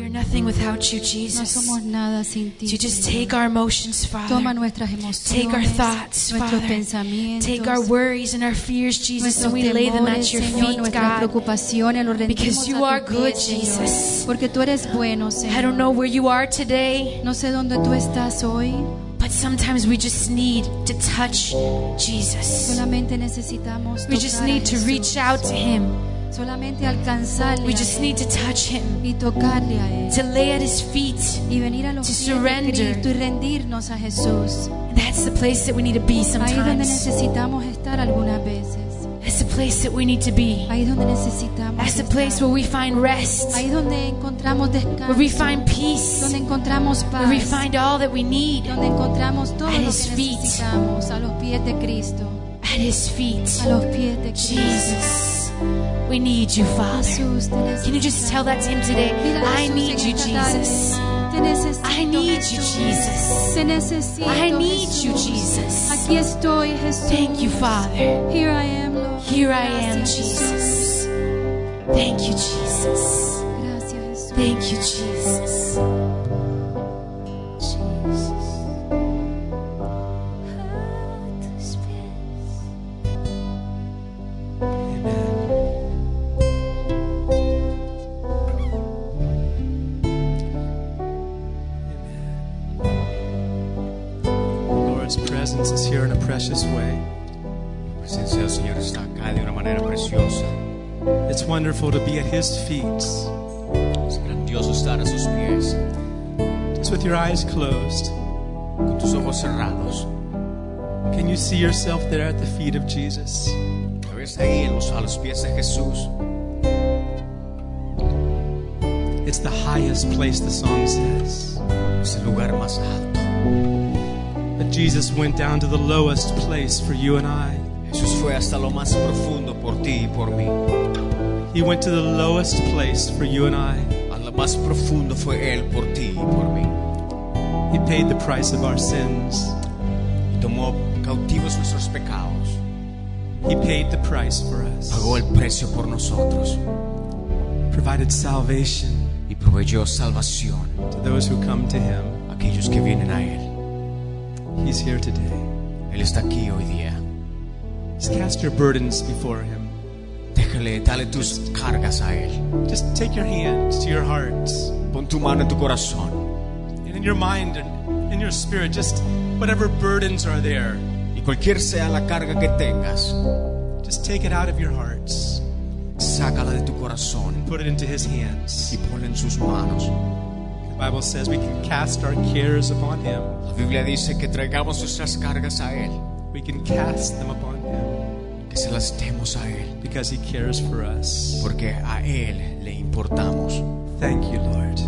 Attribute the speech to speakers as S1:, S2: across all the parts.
S1: nothing without you,
S2: No
S1: Jesus.
S2: somos nada sin ti.
S1: You just
S2: Señor.
S1: take our emotions, Father.
S2: Toma nuestras emociones,
S1: Take our thoughts,
S2: nuestros
S1: Father.
S2: pensamientos,
S1: Take our worries and our fears, Jesus,
S2: nuestros
S1: and we lay them
S2: temores,
S1: at your
S2: Señor,
S1: feet,
S2: nuestras
S1: God.
S2: preocupaciones, los rendimos
S1: Because you
S2: a
S1: are
S2: tus
S1: good,
S2: pies, Señor.
S1: Jesus.
S2: Porque tú eres bueno,
S1: I
S2: Señor.
S1: don't know where you are today,
S2: No sé dónde tú estás hoy.
S1: but sometimes we just need to touch Jesus.
S2: Solamente necesitamos
S1: We
S2: tocar
S1: just
S2: a
S1: need to
S2: Jesús.
S1: reach out to Him.
S2: Solamente alcanzarle
S1: We
S2: a
S1: just
S2: Él
S1: need to touch Him,
S2: y tocarle a él.
S1: to lay at His feet.
S2: Y venir a los
S1: to
S2: pies
S1: surrender.
S2: de Cristo y rendirnos a Jesús.
S1: That's the place that we need to be
S2: Ahí es donde
S1: sometimes.
S2: necesitamos estar algunas veces.
S1: That's the place that we need to be.
S2: Ahí es donde necesitamos
S1: That's the
S2: estar.
S1: place where we find rest,
S2: Ahí es donde encontramos descanso.
S1: where we find peace,
S2: donde encontramos paz.
S1: where we find all that we need
S2: donde encontramos todo
S1: At
S2: lo que
S1: his feet.
S2: necesitamos. A los pies de Cristo.
S1: at His feet.
S2: A los pies de Cristo.
S1: Jesus, we need you, Father.
S2: Jesús, te
S1: Can you just tell
S2: necesitamos.
S1: that to Him today?
S2: Dile a
S1: I
S2: Jesús
S1: need
S2: en
S1: you,
S2: esta tarde,
S1: Jesus.
S2: Te necesito,
S1: I need you,
S2: Jesús.
S1: Jesus.
S2: Te necesito,
S1: I need
S2: Jesús.
S1: you, Jesus.
S2: Aquí estoy, Jesús.
S1: Thank you, Father.
S2: Here I am, Lord.
S1: Here I am,
S2: Gracias,
S1: Jesus. Thank you, Jesus.
S2: Gracias, Jesús.
S1: Thank you, Jesus.
S3: Lord's presence is here in a precious way.
S4: La presencia del Señor está acá de una manera preciosa.
S3: It's wonderful to be at His feet.
S4: Es grandioso estar a sus pies,
S3: Just with your eyes closed,
S4: con tus ojos cerrados.
S3: can you see yourself there at the feet of Jesus?
S4: A ver, está ahí en los- a los pies de Jesús.
S3: It's the highest place, the song says.
S4: Es el lugar más alto.
S3: But Jesus went down to the lowest place for you and I.
S4: Jesús fue hasta lo más profundo por ti y por mí.
S3: He went to the lowest place for you and I.
S4: A lo más profundo fue Él por ti y por mí.
S3: He paid the price of our sins.
S4: Y tomó cautivos nuestros pecados.
S3: He paid the price for us.
S4: Pagó el precio por nosotros.
S3: Provided salvation
S4: Y proveyó salvación
S3: to those who come to him.
S4: a aquellos que vienen a Él.
S3: He's here today.
S4: Él está aquí hoy día.
S3: Just cast your burdens before him.
S4: Déjale, dale tus cargas a Él.
S3: Just take your hand to your heart
S4: Pon tu mano en tu corazón.
S3: and in your mind and in your spirit, just whatever burdens are there,
S4: Y cualquier sea la carga que tengas,
S3: just take it out of your hearts.
S4: sácala de tu corazón
S3: Put it into his
S4: y
S3: hands.
S4: ponla en sus manos.
S3: The Bible says we can cast our cares upon him.
S4: La Biblia dice que traigamos nuestras cargas a Él,
S3: We can cast them upon him
S4: que se las demos a Él,
S3: because he cares for us.
S4: porque a Él le importamos.
S3: Thank you, Lord.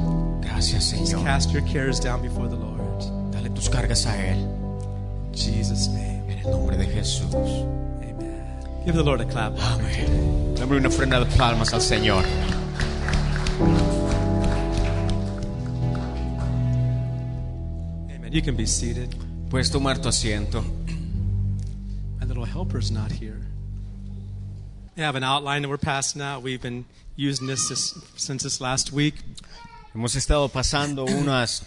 S4: Gracias,
S3: Just
S4: Señor.
S3: cast your cares down before the Lord.
S4: Dale tus cargas a Él,
S3: In Jesus' name.
S4: en el nombre de Jesús.
S3: Amen. Give the Lord a clap.
S4: Amén. Dame una ofrenda de palmas al Señor.
S3: Amen. You can be seated.
S4: Puedes tomar tu asiento.
S3: My little helper's not here. We have an outline that we're passing out. We've been using this this- since this last week.
S4: Hemos estado pasando unos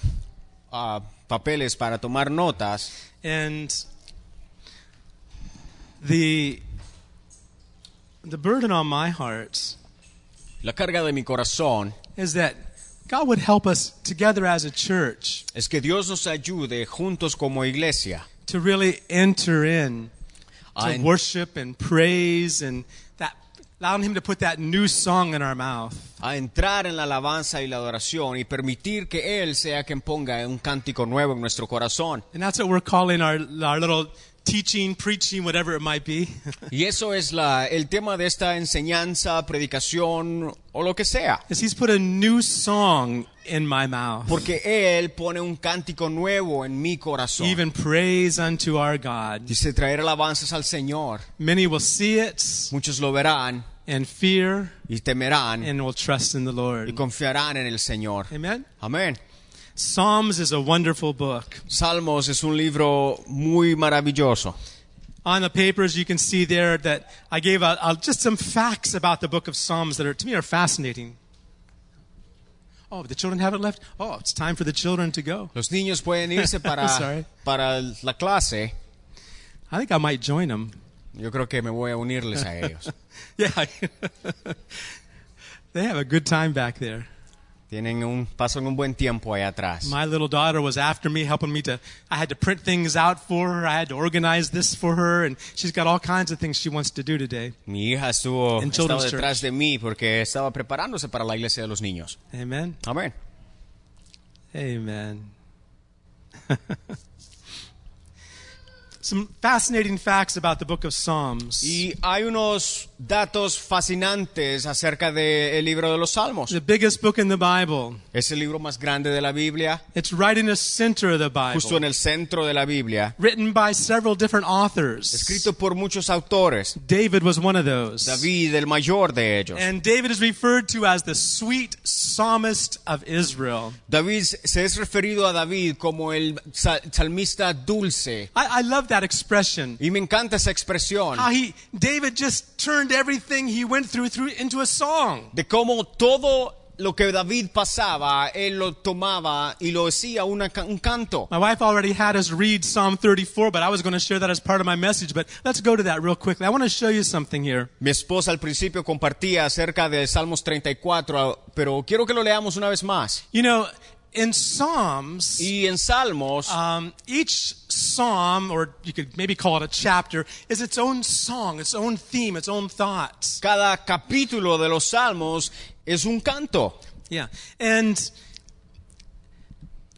S4: papeles para tomar notas
S3: And the, the burden on my heart
S4: La carga de mi corazón
S3: is that God would help us together as a church
S4: es que Dios nos ayude juntos como iglesia
S3: to really enter in
S4: a,
S3: to
S4: en-
S3: worship and praise and that, allowing Him to put that new song in our mouth.
S4: a entrar en la alabanza y la adoración y permitir que Él sea quien ponga un cántico nuevo en nuestro corazón.
S3: And that's what we're calling our, our little teaching, preaching, whatever it might be.
S4: Y eso es la, el tema de esta enseñanza, predicación o lo que sea.
S3: is he's put a new song in my mouth.
S4: Porque Él pone un cántico nuevo en mi corazón.
S3: Even praise unto our God.
S4: Dice traer alabanzas al Señor.
S3: Many will see it
S4: Muchos lo verán
S3: and fear
S4: y temerán
S3: and will trust in the
S4: y
S3: Lord.
S4: confiarán en el Señor.
S3: Amen.
S4: Amén.
S3: Psalms is a wonderful book.
S4: Salmos es un libro muy maravilloso.
S3: On the papers, you can see there that I gave out, uh, just some facts about the book of Psalms that are, to me, are fascinating. Oh, the children haven't left. Oh, it's time for the children to go.
S4: Los niños pueden irse para,
S3: Sorry.
S4: para la clase.
S3: I think I might join them.
S4: Yo creo que me voy a unirles a ellos.
S3: Yeah. they have a good time back there.
S4: Tienen un, pasan un buen tiempo allá atrás.
S3: My little daughter was after me, helping me to. I had to print things out for her. I had to organize this for her, and she's got all kinds of things she wants to do today.
S4: Mi hija estuvo
S3: In
S4: estaba
S3: Children's
S4: detrás de mí porque estaba preparándose para la iglesia de los niños.
S3: Amen.
S4: Amén.
S3: Amen. Some fascinating facts about the book of Psalms.
S4: Y hay unos datos fascinantes acerca del libro de los Salmos.
S3: the biggest book in the Bible.
S4: Es el libro más grande de la Biblia,
S3: It's right in the center of the Bible.
S4: justo en el centro de la Biblia,
S3: Written by several different authors.
S4: escrito por muchos autores.
S3: David was one of those.
S4: David, el mayor de ellos.
S3: And David is referred to as the sweet psalmist of Israel.
S4: David se es referido a David como el sal- salmista dulce.
S3: I, I love that expression.
S4: Y me encanta esa expresión
S3: How he David just turned everything he went through through into a song.
S4: de cómo todo lo que David pasaba, él lo tomaba y lo hacía una ca- un canto.
S3: My wife already had us read Psalm 34, but I was going to share that as part of my message. But let's go to that real quickly. I want to show you something here.
S4: Mi esposa al principio compartía acerca de Salmos 34, pero quiero que lo leamos una vez más.
S3: You know, in Psalms,
S4: Y en Salmos,
S3: um, each psalm, or you could maybe call it a chapter, is its own song, its own theme, its own thoughts.
S4: cada capítulo de los Salmos es un canto.
S3: Yeah. And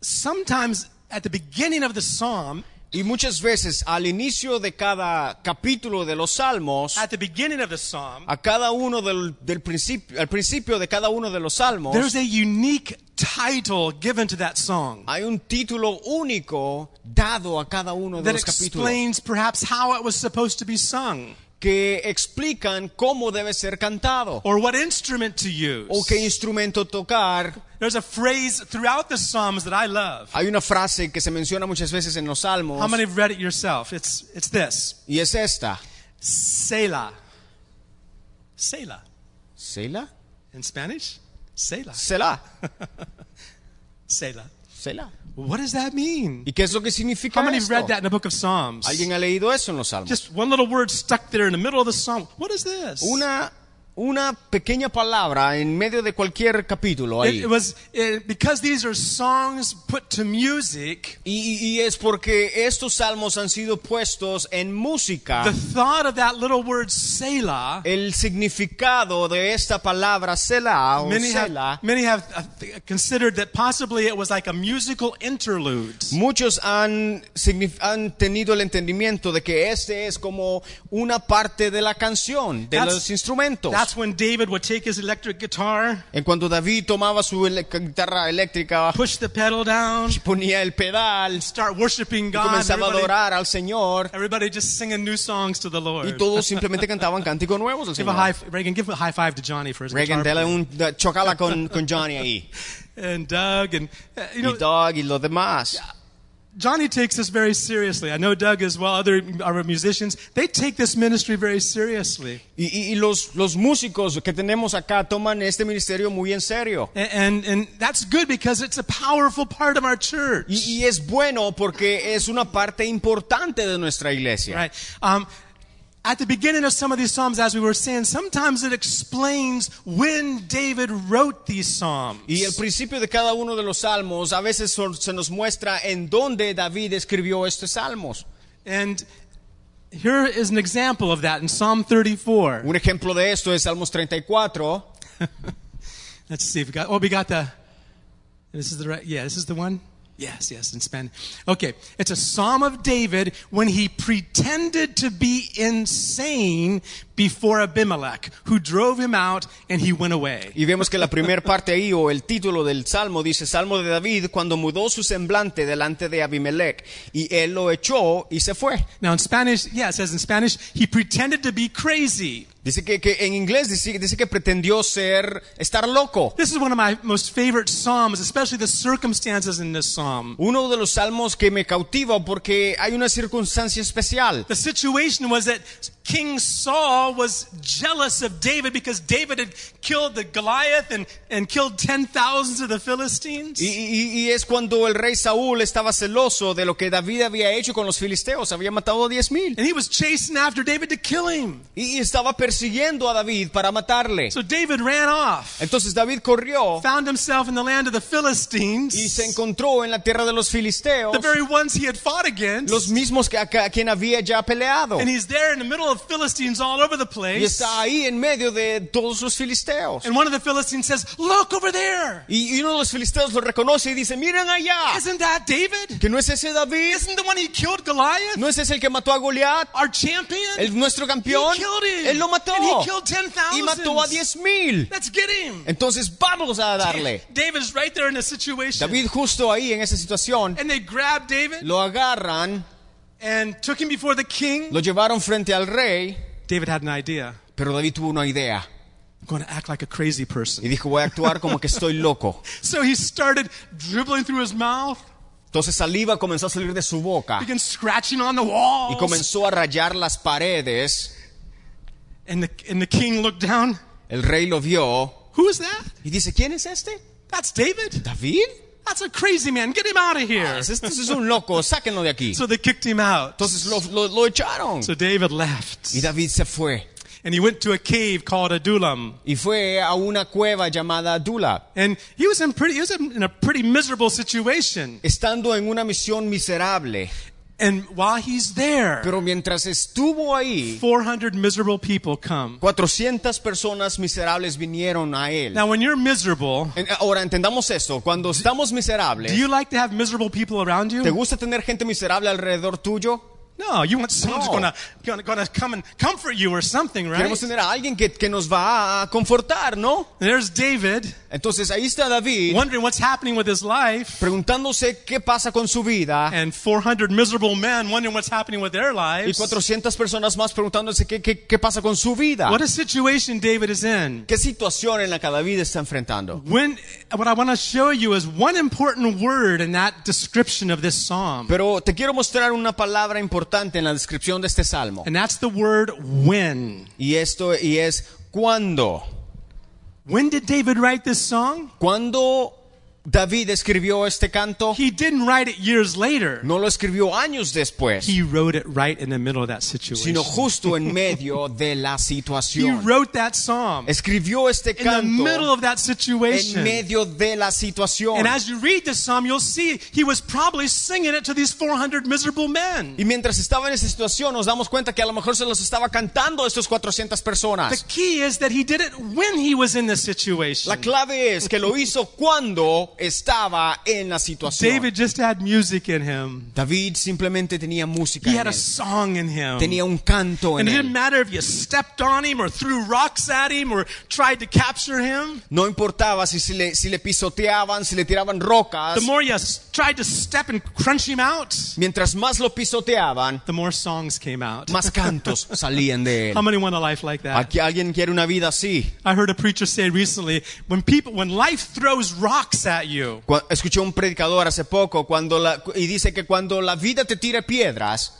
S3: sometimes at the beginning of the psalm,
S4: Y muchas veces al inicio de cada capítulo de los Salmos,
S3: at the beginning of the psalm,
S4: a cada uno del, del principio, al principio de cada uno de los salmos,
S3: there's a unique title given to that song.
S4: hay un título único dado a cada uno de
S3: That
S4: los capítulos
S3: explains perhaps how it was supposed to be sung,
S4: que explican cómo debe ser cantado
S3: or what instrument to use.
S4: o qué instrumento tocar.
S3: There's a phrase throughout the Psalms that I love.
S4: Hay una frase que se menciona muchas veces en los salmos
S3: How many have read it yourself? It's, it's this
S4: y es esta.
S3: Selah. Selah.
S4: ¿Sela?
S3: In Spanish? Selah.
S4: ¿Sela?
S3: Selah.
S4: ¿Sela?
S3: What does that mean?
S4: ¿Y qué es lo que significa
S3: How many have
S4: esto?
S3: read that in the book of Psalms?
S4: ¿Alguien ha leído eso en los salmos?
S3: Just one little word stuck there in the middle of the psalm. What is this?
S4: Una, una pequeña palabra en medio de cualquier capítulo ahí.
S3: It, it was it, because these are songs put to music.
S4: Y, y- y es porque estos salmos han sido puestos en música.
S3: The thought of that little word Selah.
S4: El significado de esta palabra Selah o
S3: Many
S4: Selah,
S3: have, many have uh, th- considered that possibly it was like a musical interlude.
S4: muchos han, signif- han tenido el entendimiento de que este es como una parte de la canción, de
S3: That's-
S4: los instrumentos.
S3: That's when David would take his electric guitar,
S4: En cuanto David tomaba su ele- guitarra eléctrica,
S3: push the pedal down,
S4: ponía el pedal,
S3: start worshiping God.
S4: comenzaba a
S3: Everybody,
S4: adorar al Señor
S3: everybody just singing new songs to the
S4: y
S3: Lord.
S4: todos simplemente cantaban cánticos nuevos al
S3: Give a high,
S4: Señor.
S3: Reagan, give a high five to Johnny for his
S4: Reagan,
S3: guitar
S4: dale un da- chocala con, con Johnny ahí.
S3: and Doug and uh, you know
S4: Y Doug y los demás.
S3: Johnny takes this very seriously. I know Doug as well. Other other musicians they take this ministry very seriously.
S4: Y, y- y los, los músicos que tenemos acá toman este ministerio muy en serio.
S3: A- And, and that's good because it's a powerful part of our church.
S4: Y, y es bueno porque es una parte importante de nuestra iglesia.
S3: Right. Um, at the beginning of some of these Psalms, as we were saying, sometimes it explains when David wrote these Psalms.
S4: Y el principio de cada uno de los salmos a veces son- se nos muestra en dónde David escribió estos salmos.
S3: And here is an example of that in Psalm 34.
S4: Un ejemplo de esto es Salmos 34.
S3: Let's see if we got, oh, we got the, this is the right, yeah, this is the one? Yes, yes, in Spanish. Okay, it's a Psalm of David when he pretended to be insane before Abimelech, who drove him out and he went away.
S4: Y vemos que la primera parte ahí o el título del salmo dice Salmo de David cuando mudó su semblante delante de Abimelech y él lo echó y se fue.
S3: Now in Spanish, yeah, it says in Spanish, he pretended to be crazy.
S4: Dice que, que en inglés dice, dice que pretendió ser, estar loco.
S3: This is one of my most favorite psalms, especially the circumstances in this psalm.
S4: Uno de los salmos que me cautiva porque hay una circunstancia especial.
S3: The situation was that King Saul was jealous of David because David had killed the Goliath and, and killed 10,000 of the Philistines.
S4: Y, y- y es cuando el rey Saúl estaba celoso de lo que David había hecho con los filisteos, había matado a diez mil.
S3: And he was chasing after David to kill him.
S4: Y y estaba persiguiendo a David para matarle.
S3: So David ran off,
S4: Entonces David corrió
S3: found himself in the land of the Philistines,
S4: y se encontró en la tierra de los filisteos,
S3: the very ones he had fought against.
S4: los mismos que, a, a quien había ya peleado.
S3: And he's there in the middle of Philistines all over the
S4: Y
S3: place.
S4: está ahí en medio de todos los filisteos.
S3: And one of the Philistines says, Look over there.
S4: Y, y uno de los filisteos lo reconoce y dice, miren allá,
S3: Isn't that David?
S4: que no es ese David,
S3: Isn't the one he killed Goliath?
S4: no es ese el que mató a Goliat,
S3: Our champion?
S4: el nuestro
S3: he
S4: campeón,
S3: killed him.
S4: él lo mató
S3: And he killed
S4: y mató a
S3: 10,000.
S4: diez mil.
S3: Let's get him.
S4: Entonces vamos a darle.
S3: David's right there in a situation.
S4: David justo ahí en esa situación,
S3: And they grabbed David
S4: lo agarran,
S3: and took him before the king.
S4: lo llevaron frente al rey,
S3: David had an idea.
S4: pero David tuvo una idea
S3: I'm going to act like a crazy
S4: y
S3: person.
S4: dijo, voy a actuar como que estoy loco.
S3: So he started dribbling through his mouth,
S4: Ah. Entonces saliva comenzó a salir de su boca
S3: began scratching on the
S4: y
S3: walls.
S4: comenzó a rayar las paredes.
S3: And the, and the king looked down.
S4: El rey lo vio
S3: Who is that?
S4: y dice, ¿quién es este?
S3: That's David.
S4: ¿David?
S3: That's a crazy man. Get him out of here.
S4: Este es un loco, sáquenlo de aquí.
S3: So they kicked him out.
S4: Ah, Entonces lo, lo- lo echaron.
S3: So David left.
S4: Y David se fue
S3: And he went to a cave called Adullam.
S4: y fue a una cueva llamada Dula,
S3: And he was in pretty he was in a pretty miserable situation.
S4: estando en una misión miserable.
S3: And while he's there,
S4: Pero mientras estuvo ahí,
S3: 400 miserable people come.
S4: 400 personas miserables vinieron a él.
S3: Now when you're miserable,
S4: En- Ahora entendamos esto, cuando estamos
S3: do
S4: miserables,
S3: you like to have miserable people around
S4: ¿te
S3: you?
S4: gusta tener gente miserable alrededor tuyo?
S3: No, you want someone who's
S4: No.
S3: gonna, gonna gonna come and comfort you or something, right?
S4: Queremos tener a alguien que, que nos va a confortar, ¿no?
S3: There's David
S4: Entonces ahí está David
S3: wondering what's happening with his life,
S4: preguntándose qué pasa con su vida
S3: and 400 miserable men wondering what's happening with their
S4: y
S3: lives.
S4: 400 personas más preguntándose qué, qué, qué pasa con su vida.
S3: What a situation David is in.
S4: ¿Qué situación en la que David está enfrentando?
S3: When, what I want to show you is one important word in that description of this psalm,
S4: Pero te quiero mostrar una palabra importante en la descripción de este salmo.
S3: and that's the word when.
S4: Y esto y es cuándo.
S3: When did David write this song?
S4: Cuando David escribió este canto,
S3: He didn't write it years later.
S4: no lo escribió años después,
S3: He wrote it right in the middle of that
S4: sino
S3: situation.
S4: justo en medio de la
S3: He
S4: situación.
S3: wrote that psalm
S4: Escribió este
S3: in the middle
S4: canto
S3: of that
S4: en
S3: situation.
S4: medio de la situación.
S3: And as you read this psalm, you'll see he was probably singing it to these 400 miserable men.
S4: Y mientras estaba en esa situación, nos damos cuenta que a lo mejor se los estaba cantando a estas 400
S3: The
S4: personas.
S3: key is that he did it when he was in the situation.
S4: La clave es que lo hizo cuando estaba en la situación.
S3: David just had music in him.
S4: David simplemente tenía música,
S3: He
S4: en
S3: had a
S4: él.
S3: song in him.
S4: tenía un canto en
S3: and it didn't
S4: él.
S3: matter if you stepped on him or threw rocks at him or tried to capture him.
S4: No importaba si, si le, si le pisoteaban, si le tiraban rocas.
S3: The more you s- tried to step and crunch him out,
S4: Mientras más lo pisoteaban,
S3: the more songs came out.
S4: más cantos salían de él.
S3: How many want a life like that?
S4: Aquí alguien quiere una vida así.
S3: I heard a preacher say recently, when people, when life throws rocks at you,
S4: Cu- Escuché un predicador hace poco cuando la- y dice que cuando la vida te tira piedras,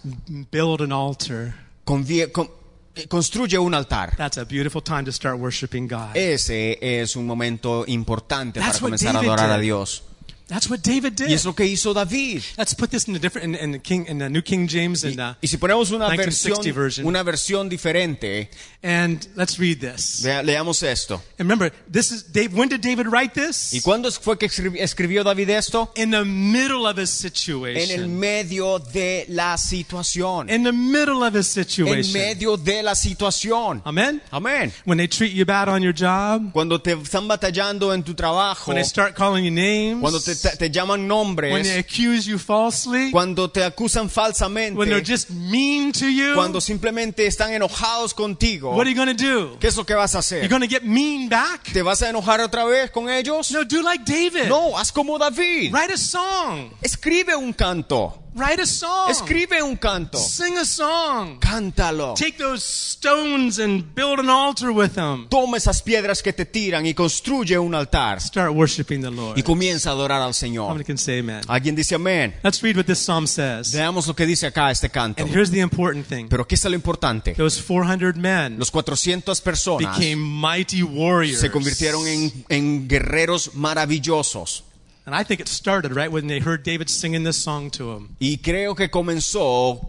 S3: build an altar.
S4: convie- con- eh, construye un altar.
S3: That's a beautiful time to start worshiping God.
S4: Ese es un momento importante para
S3: That's what
S4: comenzar a
S3: David
S4: adorar a
S3: did.
S4: Dios.
S3: That's what David
S4: Y
S3: did.
S4: es lo que hizo David.
S3: Let's put this in a different, in, in the King, in the New King James, and uh,
S4: Y si ponemos una
S3: 1960
S4: versión,
S3: version.
S4: una versión diferente,
S3: and let's read this.
S4: vea- leamos esto.
S3: And remember, this is Dave. When did David write this?
S4: ¿Y cuándo fue que escribi- escribió David esto?
S3: in the middle of his
S4: En el
S3: situation.
S4: medio de la situación.
S3: In the middle of his
S4: En
S3: situation.
S4: medio de la situación.
S3: Amen.
S4: Amén.
S3: When they treat you bad on your job,
S4: Cuando te están batallando en tu trabajo,
S3: when they start calling you names,
S4: cuando te, te- te llaman
S3: when they
S4: nombres,
S3: accuse you falsely,
S4: cuando te acusan
S3: when they're
S4: falsamente,
S3: just mean to you,
S4: cuando simplemente están enojados contigo,
S3: what are you going to do?
S4: ¿qué es lo que vas a hacer?
S3: You're going to get mean back?
S4: ¿Te vas a enojar otra vez con ellos?
S3: No, do like David.
S4: No, haz como David.
S3: Write a song.
S4: Escribe un canto.
S3: Write a song.
S4: Escribe un canto.
S3: Sing a song.
S4: Cántalo.
S3: Take those stones and build an altar with them.
S4: Toma esas piedras que te tiran y construye un altar.
S3: Start worshiping the Lord.
S4: Y comienza a adorar al
S3: How
S4: Señor.
S3: many can say amen?
S4: Alguien dice amén.
S3: Let's read what this psalm says.
S4: Veamos lo que dice acá este canto.
S3: And here's the important thing.
S4: Pero aquí está lo importante.
S3: Those 400 men
S4: Los 400 personas
S3: became mighty warriors.
S4: se convirtieron en, en guerreros maravillosos.
S3: And I think it started right when they heard David singing this song to him.
S4: Y creo que comenzó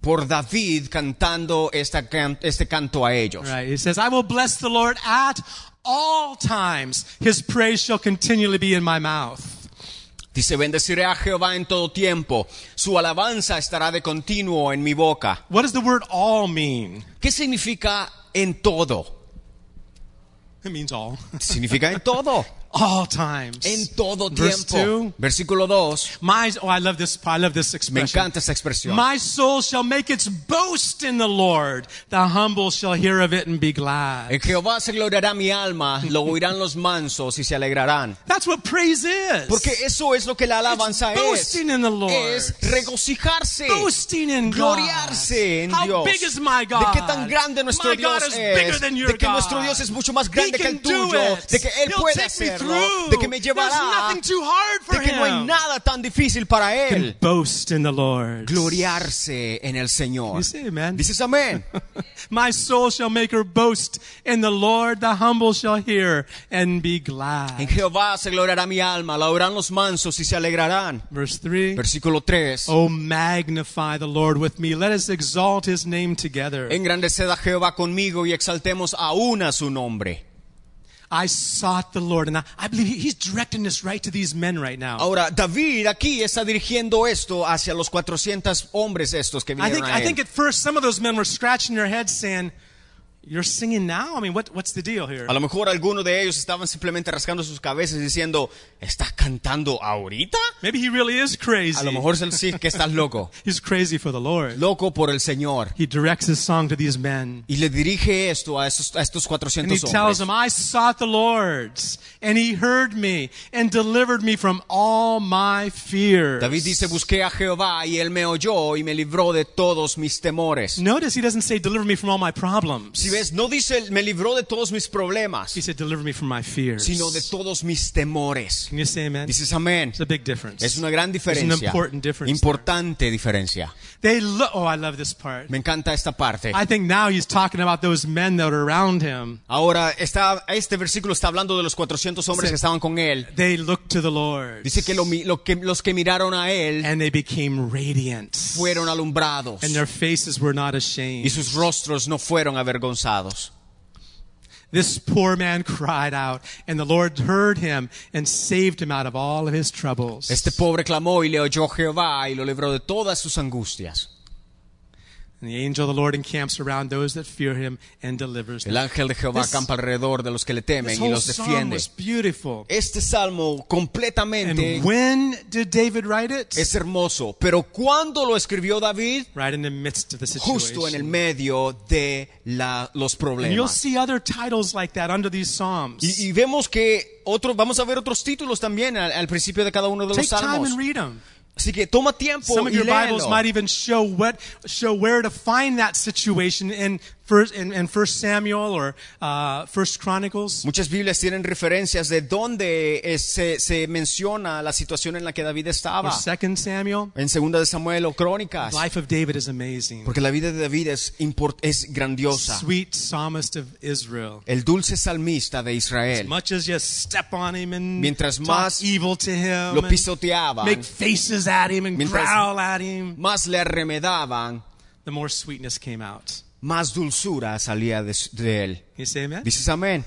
S4: por David cantando esta can- este canto a ellos.
S3: Right. He says, I will bless the Lord at all times. His praise shall continually be in my mouth.
S4: Dice, bendeciré a Jehová en todo tiempo, su alabanza estará de continuo en mi boca.
S3: What does the word all mean?
S4: ¿Qué significa en todo?
S3: It means all.
S4: Significa en todo,
S3: all times.
S4: en todo
S3: Verse
S4: tiempo.
S3: 2.
S4: Versículo 2,
S3: My, oh, I love this, I love this
S4: me
S3: expression.
S4: encanta esta expresión.
S3: My soul shall make its boast in the Lord. The humble shall hear of it and be glad.
S4: En Jehová se gloriará mi alma, lo oirán los mansos y se alegrarán.
S3: That's what praise is.
S4: Porque eso es lo que la alabanza
S3: It's
S4: es.
S3: boasting in the Lord.
S4: Es regocijarse.
S3: boasting in God.
S4: gloriarse en
S3: How
S4: Dios.
S3: big is my God?
S4: De qué tan grande nuestro
S3: my
S4: Dios
S3: God is bigger
S4: es.
S3: than your
S4: De que
S3: God.
S4: nuestro Dios es mucho más
S3: He
S4: grande que
S3: can
S4: el
S3: do
S4: tuyo.
S3: it.
S4: De que Él
S3: He'll
S4: puede
S3: take me
S4: hacerlo.
S3: through.
S4: De que me
S3: There's
S4: llevará.
S3: nothing too hard for
S4: De que no hay
S3: him.
S4: nada tan difícil para
S3: Can
S4: Él.
S3: boast in the Lord.
S4: Gloriarse en el Señor.
S3: You say amen.
S4: Dices amén.
S3: My soul shall make her boast in the Lord. The humble shall hear and be
S4: En
S3: glad.
S4: Jehová se gloriará mi alma, la oirán los mansos y se alegrarán.
S3: Verse 3.
S4: Versículo 3.
S3: Oh, magnify the Lord with me. Let us exalt his name together.
S4: Engrandeced a Jehová conmigo y exaltemos aún a su nombre.
S3: I sought the Lord. And I, I believe he- he's directing this right to these men right now.
S4: Ahora, David aquí está dirigiendo esto hacia los 400 hombres estos que
S3: I
S4: vinieron
S3: think,
S4: a
S3: I
S4: él.
S3: think at first some of those men were scratching their heads saying, You're singing now? I mean, what, what's the deal here?
S4: A lo mejor algunos de ellos estaban simplemente rascando sus cabezas diciendo, ¿estás cantando ahorita?
S3: Maybe he really is
S4: A
S3: crazy.
S4: lo mejor es el sí, que estás loco.
S3: He's crazy for the Lord.
S4: Loco por el Señor.
S3: He directs his song to these men.
S4: Y le dirige esto a estos, a estos
S3: And he
S4: 400
S3: tells
S4: hombres.
S3: them, I sought the Lord, and he heard me, and delivered me from all my fears.
S4: David dice, busqué a Jehová y él me oyó y me libró de todos mis temores.
S3: Notice he doesn't say, deliver me from all my problems.
S4: Si ves, no dice, me libró de todos mis problemas,
S3: He said, deliver me from my fears.
S4: sino de todos mis temores.
S3: Can you say amen?
S4: Dices amén.
S3: It's a big difference.
S4: Es una gran
S3: It's an
S4: diferencia.
S3: important difference.
S4: Importante diferencia.
S3: They look, oh, I love this part.
S4: Me encanta esta parte.
S3: I think now he's talking about those men that are around him.
S4: Ahora, está, este versículo está hablando de los 400 hombres que estaban con él.
S3: They looked to the Lord,
S4: Dice que, lo mi- lo que los que miraron a él
S3: and they became radiant,
S4: fueron alumbrados
S3: and their faces were not ashamed.
S4: y sus rostros no fueron avergonzados.
S3: This poor man cried out, and the Lord heard him and saved him out of all of his troubles.
S4: Este pobre clamó y le oyó Jehová y lo libró de todas sus angustias.
S3: And the angel of the Lord encamps around those that fear him and delivers
S4: El
S3: them.
S4: ángel de Jehová
S3: This-
S4: acampa alrededor de los que le
S3: This
S4: temen y
S3: whole
S4: los
S3: psalm
S4: defiende.
S3: was beautiful.
S4: Este salmo completamente
S3: And when did David write it?
S4: es hermoso, pero cuando lo escribió David,
S3: Right in the midst of the
S4: justo en el
S3: situation.
S4: medio de la- los
S3: And you'll
S4: problemas.
S3: see other titles like that under these
S4: Y,
S3: psalms.
S4: y vemos que otros, vamos a ver otros títulos también al, al principio de cada uno de los
S3: Take time
S4: salmos.
S3: and read them.
S4: Así que toma tiempo
S3: Some of
S4: y
S3: your Bibles
S4: léelo.
S3: might even show what show where to find that situation in first in, in First Samuel or uh, First Chronicles.
S4: Muchas Biblias tienen referencias de dónde eh, se, se menciona la situación en la que David
S3: or
S4: estaba.
S3: Second Samuel.
S4: En segunda de Samuel o Crónicas.
S3: Life of David is amazing.
S4: Porque la vida de David es, import- es grandiosa.
S3: Sweet psalmist of Israel.
S4: El dulce salmista de
S3: As
S4: Israel.
S3: much as you step on him and
S4: Mientras
S3: talk
S4: más
S3: evil to him,
S4: Lo
S3: and
S4: pisoteaban.
S3: make faces at him and
S4: Mientras-
S3: growl at him,
S4: Más le arremedaban.
S3: the more sweetness came out.
S4: Más dulzura salía de, su- de él.
S3: Can you say amen?
S4: Dices amén.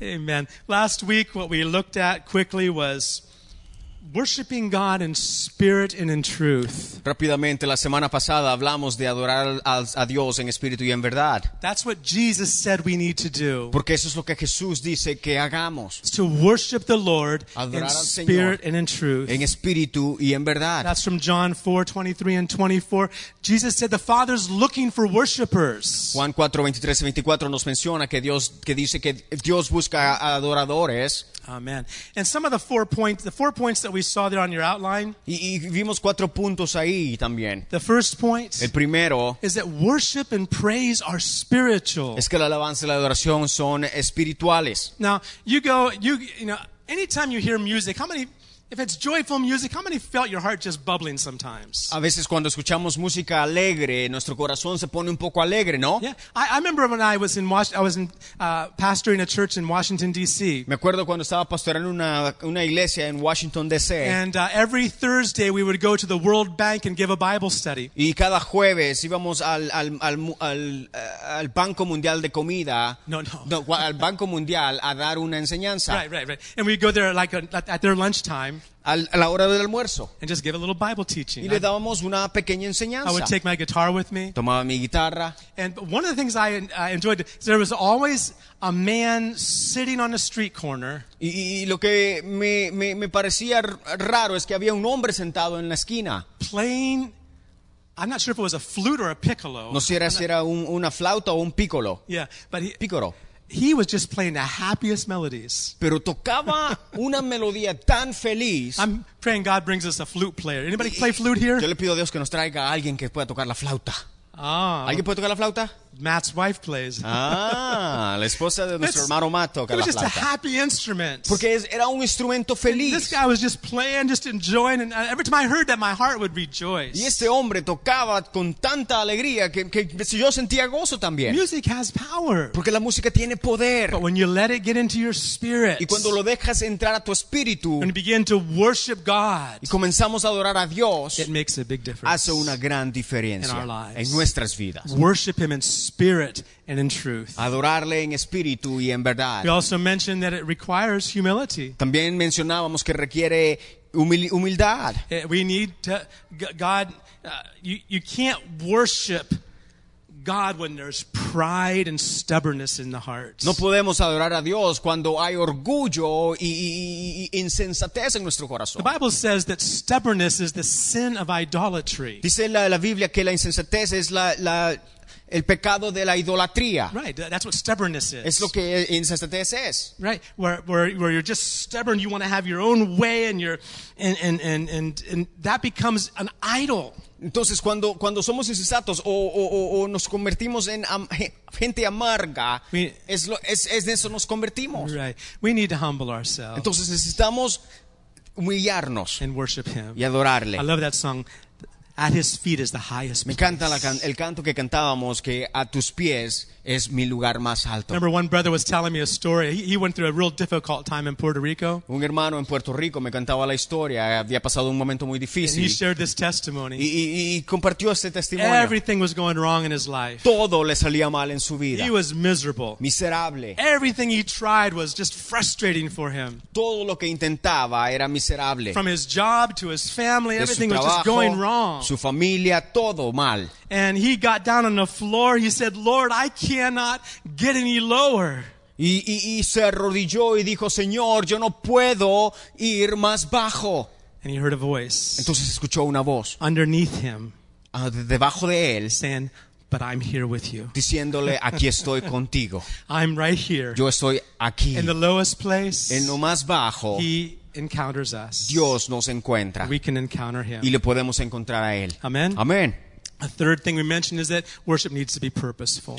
S3: Amen. Last week, what we looked at quickly was worshiping God in spirit and in truth.
S4: Rápidamente, la semana pasada hablamos de adorar a, a Dios en espíritu y en verdad,
S3: That's what Jesus said we need to do.
S4: porque eso es lo que Jesús dice que hagamos,
S3: is To worship the Lord
S4: Adorar
S3: in
S4: al Señor.
S3: spirit and in truth.
S4: en espíritu y en verdad.
S3: That's from John 4, 23 and 24. Jesus said the Father's looking for worshipers.
S4: Juan 4, 23 y 24 nos menciona que Dios que dice que Dios busca a- a adoradores.
S3: Amen. And some of the four points, the four points that that we saw there on your outline.
S4: Y, y vimos cuatro puntos ahí también.
S3: The first point
S4: El primero
S3: is that worship and praise are spiritual.
S4: es que la alabanza y la adoración son espirituales.
S3: Now, you go, you, you know, anytime you hear music, how many, if it's joyful music, how many felt your heart just bubbling sometimes?
S4: A veces cuando escuchamos música alegre, nuestro corazón se pone un poco alegre, ¿no?
S3: Yeah, I, I remember when I was in Wash, I was in, uh, pastoring a church in Washington D.C.
S4: Me acuerdo cuando estaba pastoreando una, una iglesia en Washington, D.C.
S3: And uh, every Thursday we would go to the World Bank and give a Bible study.
S4: Y cada jueves íbamos al, al, al, mu- al, eh, al Banco Mundial de Comida,
S3: No, no.
S4: gua- al Banco Mundial a dar una enseñanza
S3: Right, right, right. And we'd go there like uh, at at their lunchtime
S4: al- a la hora del almuerzo.
S3: and just give a little Bible
S4: Y
S3: teaching.
S4: le
S3: I,
S4: dábamos una pequeña
S3: I would
S4: enseñanza.
S3: take my guitar with me.
S4: Tomaba mi guitarra.
S3: And one of the things I, I enjoyed is there was always a man sitting on a street corner
S4: Y, y- y lo que me, me- me parecía r- raro es que había un hombre sentado en la esquina.
S3: playing. I'm not sure if it was a flute or a piccolo.
S4: No sé si era, si era un- una flauta o un pícolo.
S3: Yeah, but he,
S4: Pícoro.
S3: he was just playing the happiest melodies.
S4: Pero tocaba una melodía tan feliz.
S3: I'm praying God brings us a flute player. Anybody play flute here?
S4: Yo le pido a Dios que nos traiga a alguien que pueda tocar la flauta.
S3: Ah,
S4: ¿Alguien puede tocar la flauta?
S3: Matt's wife plays.
S4: Ah, la esposa de nuestro
S3: It's-
S4: hermano Matt
S3: It
S4: toca
S3: was
S4: la
S3: just a
S4: flauta.
S3: happy instrument.
S4: Porque es- era un instrumento
S3: This
S4: feliz.
S3: guy was just playing, just enjoying, and uh, every time I heard that, my heart would
S4: Y
S3: rejoice.
S4: este hombre tocaba con tanta alegría que, que yo sentía gozo también.
S3: Music has power,
S4: Porque la música tiene poder.
S3: but when you let it get into your spirit
S4: Y cuando lo dejas entrar a tu espíritu
S3: and begin to worship God,
S4: y comenzamos a adorar a Dios,
S3: it makes a big difference.
S4: hace una gran diferencia
S3: In our lives.
S4: en nuestras vidas.
S3: Worship Him in spirit and in truth.
S4: Adorarle en espíritu y en verdad.
S3: We also mentioned that it requires humility.
S4: También mencionábamos que requiere humil- humildad.
S3: Eh, We need to, G- God, uh, you, you can't worship God when there's pride and stubbornness in the heart.
S4: No podemos adorar a Dios cuando hay orgullo y, y- y- y insensatez en nuestro corazón.
S3: The Bible says that stubbornness is the sin of idolatry.
S4: Dice la, la Biblia que la insensatez es la- la- el pecado de la idolatría.
S3: Right, tha- that's what stubbornness is.
S4: Es lo que insensatez es.
S3: right, where, where, where you're just stubborn, you want to have your own way, and, you're, and, and, and, and, and that becomes an idol.
S4: Entonces, cuando, cuando somos insensatos o, o- o- o nos convertimos en am- ge- gente amarga,
S3: Mire.
S4: es, lo, es, es de eso nos convertimos.
S3: Right, we need to humble ourselves
S4: Entonces, necesitamos humillarnos
S3: and worship Him.
S4: y adorarle.
S3: I love that song. At His feet is the highest.
S4: Me
S3: place.
S4: encanta la can- eh. el canto que cantábamos que a tus pies es mi lugar más alto.
S3: Remember, one brother was telling me a story. He, he went through a real difficult time in Puerto Rico,
S4: Un hermano en Puerto Rico me cantaba la historia, había pasado un momento muy
S3: and he
S4: difícil
S3: shared this testimony.
S4: y, y- y compartió este testimonio.
S3: Everything was going wrong in his life.
S4: Todo le salía mal en su vida.
S3: He was miserable.
S4: Miserable.
S3: Everything he tried was just frustrating for him.
S4: Todo lo que intentaba era miserable.
S3: From his job to his family,
S4: de su
S3: everything was just going
S4: trabajo,
S3: wrong.
S4: su familia, todo mal.
S3: And he got down on the floor. He said, Lord, I cannot get any lower.
S4: Y, y- y se arrodilló y dijo, Señor, yo no puedo ir más bajo.
S3: And he heard a voice
S4: Entonces escuchó una voz
S3: underneath him
S4: ah, de- debajo de él
S3: saying, But I'm here with you.
S4: diciéndole, aquí estoy contigo.
S3: I'm right here.
S4: Yo estoy aquí.
S3: In the lowest place,
S4: En lo más bajo,
S3: he encounters us.
S4: Dios nos encuentra
S3: We can encounter him.
S4: y le podemos encontrar a Él.
S3: Amén.
S4: Amén.
S3: A third thing we mentioned is that worship needs to be purposeful.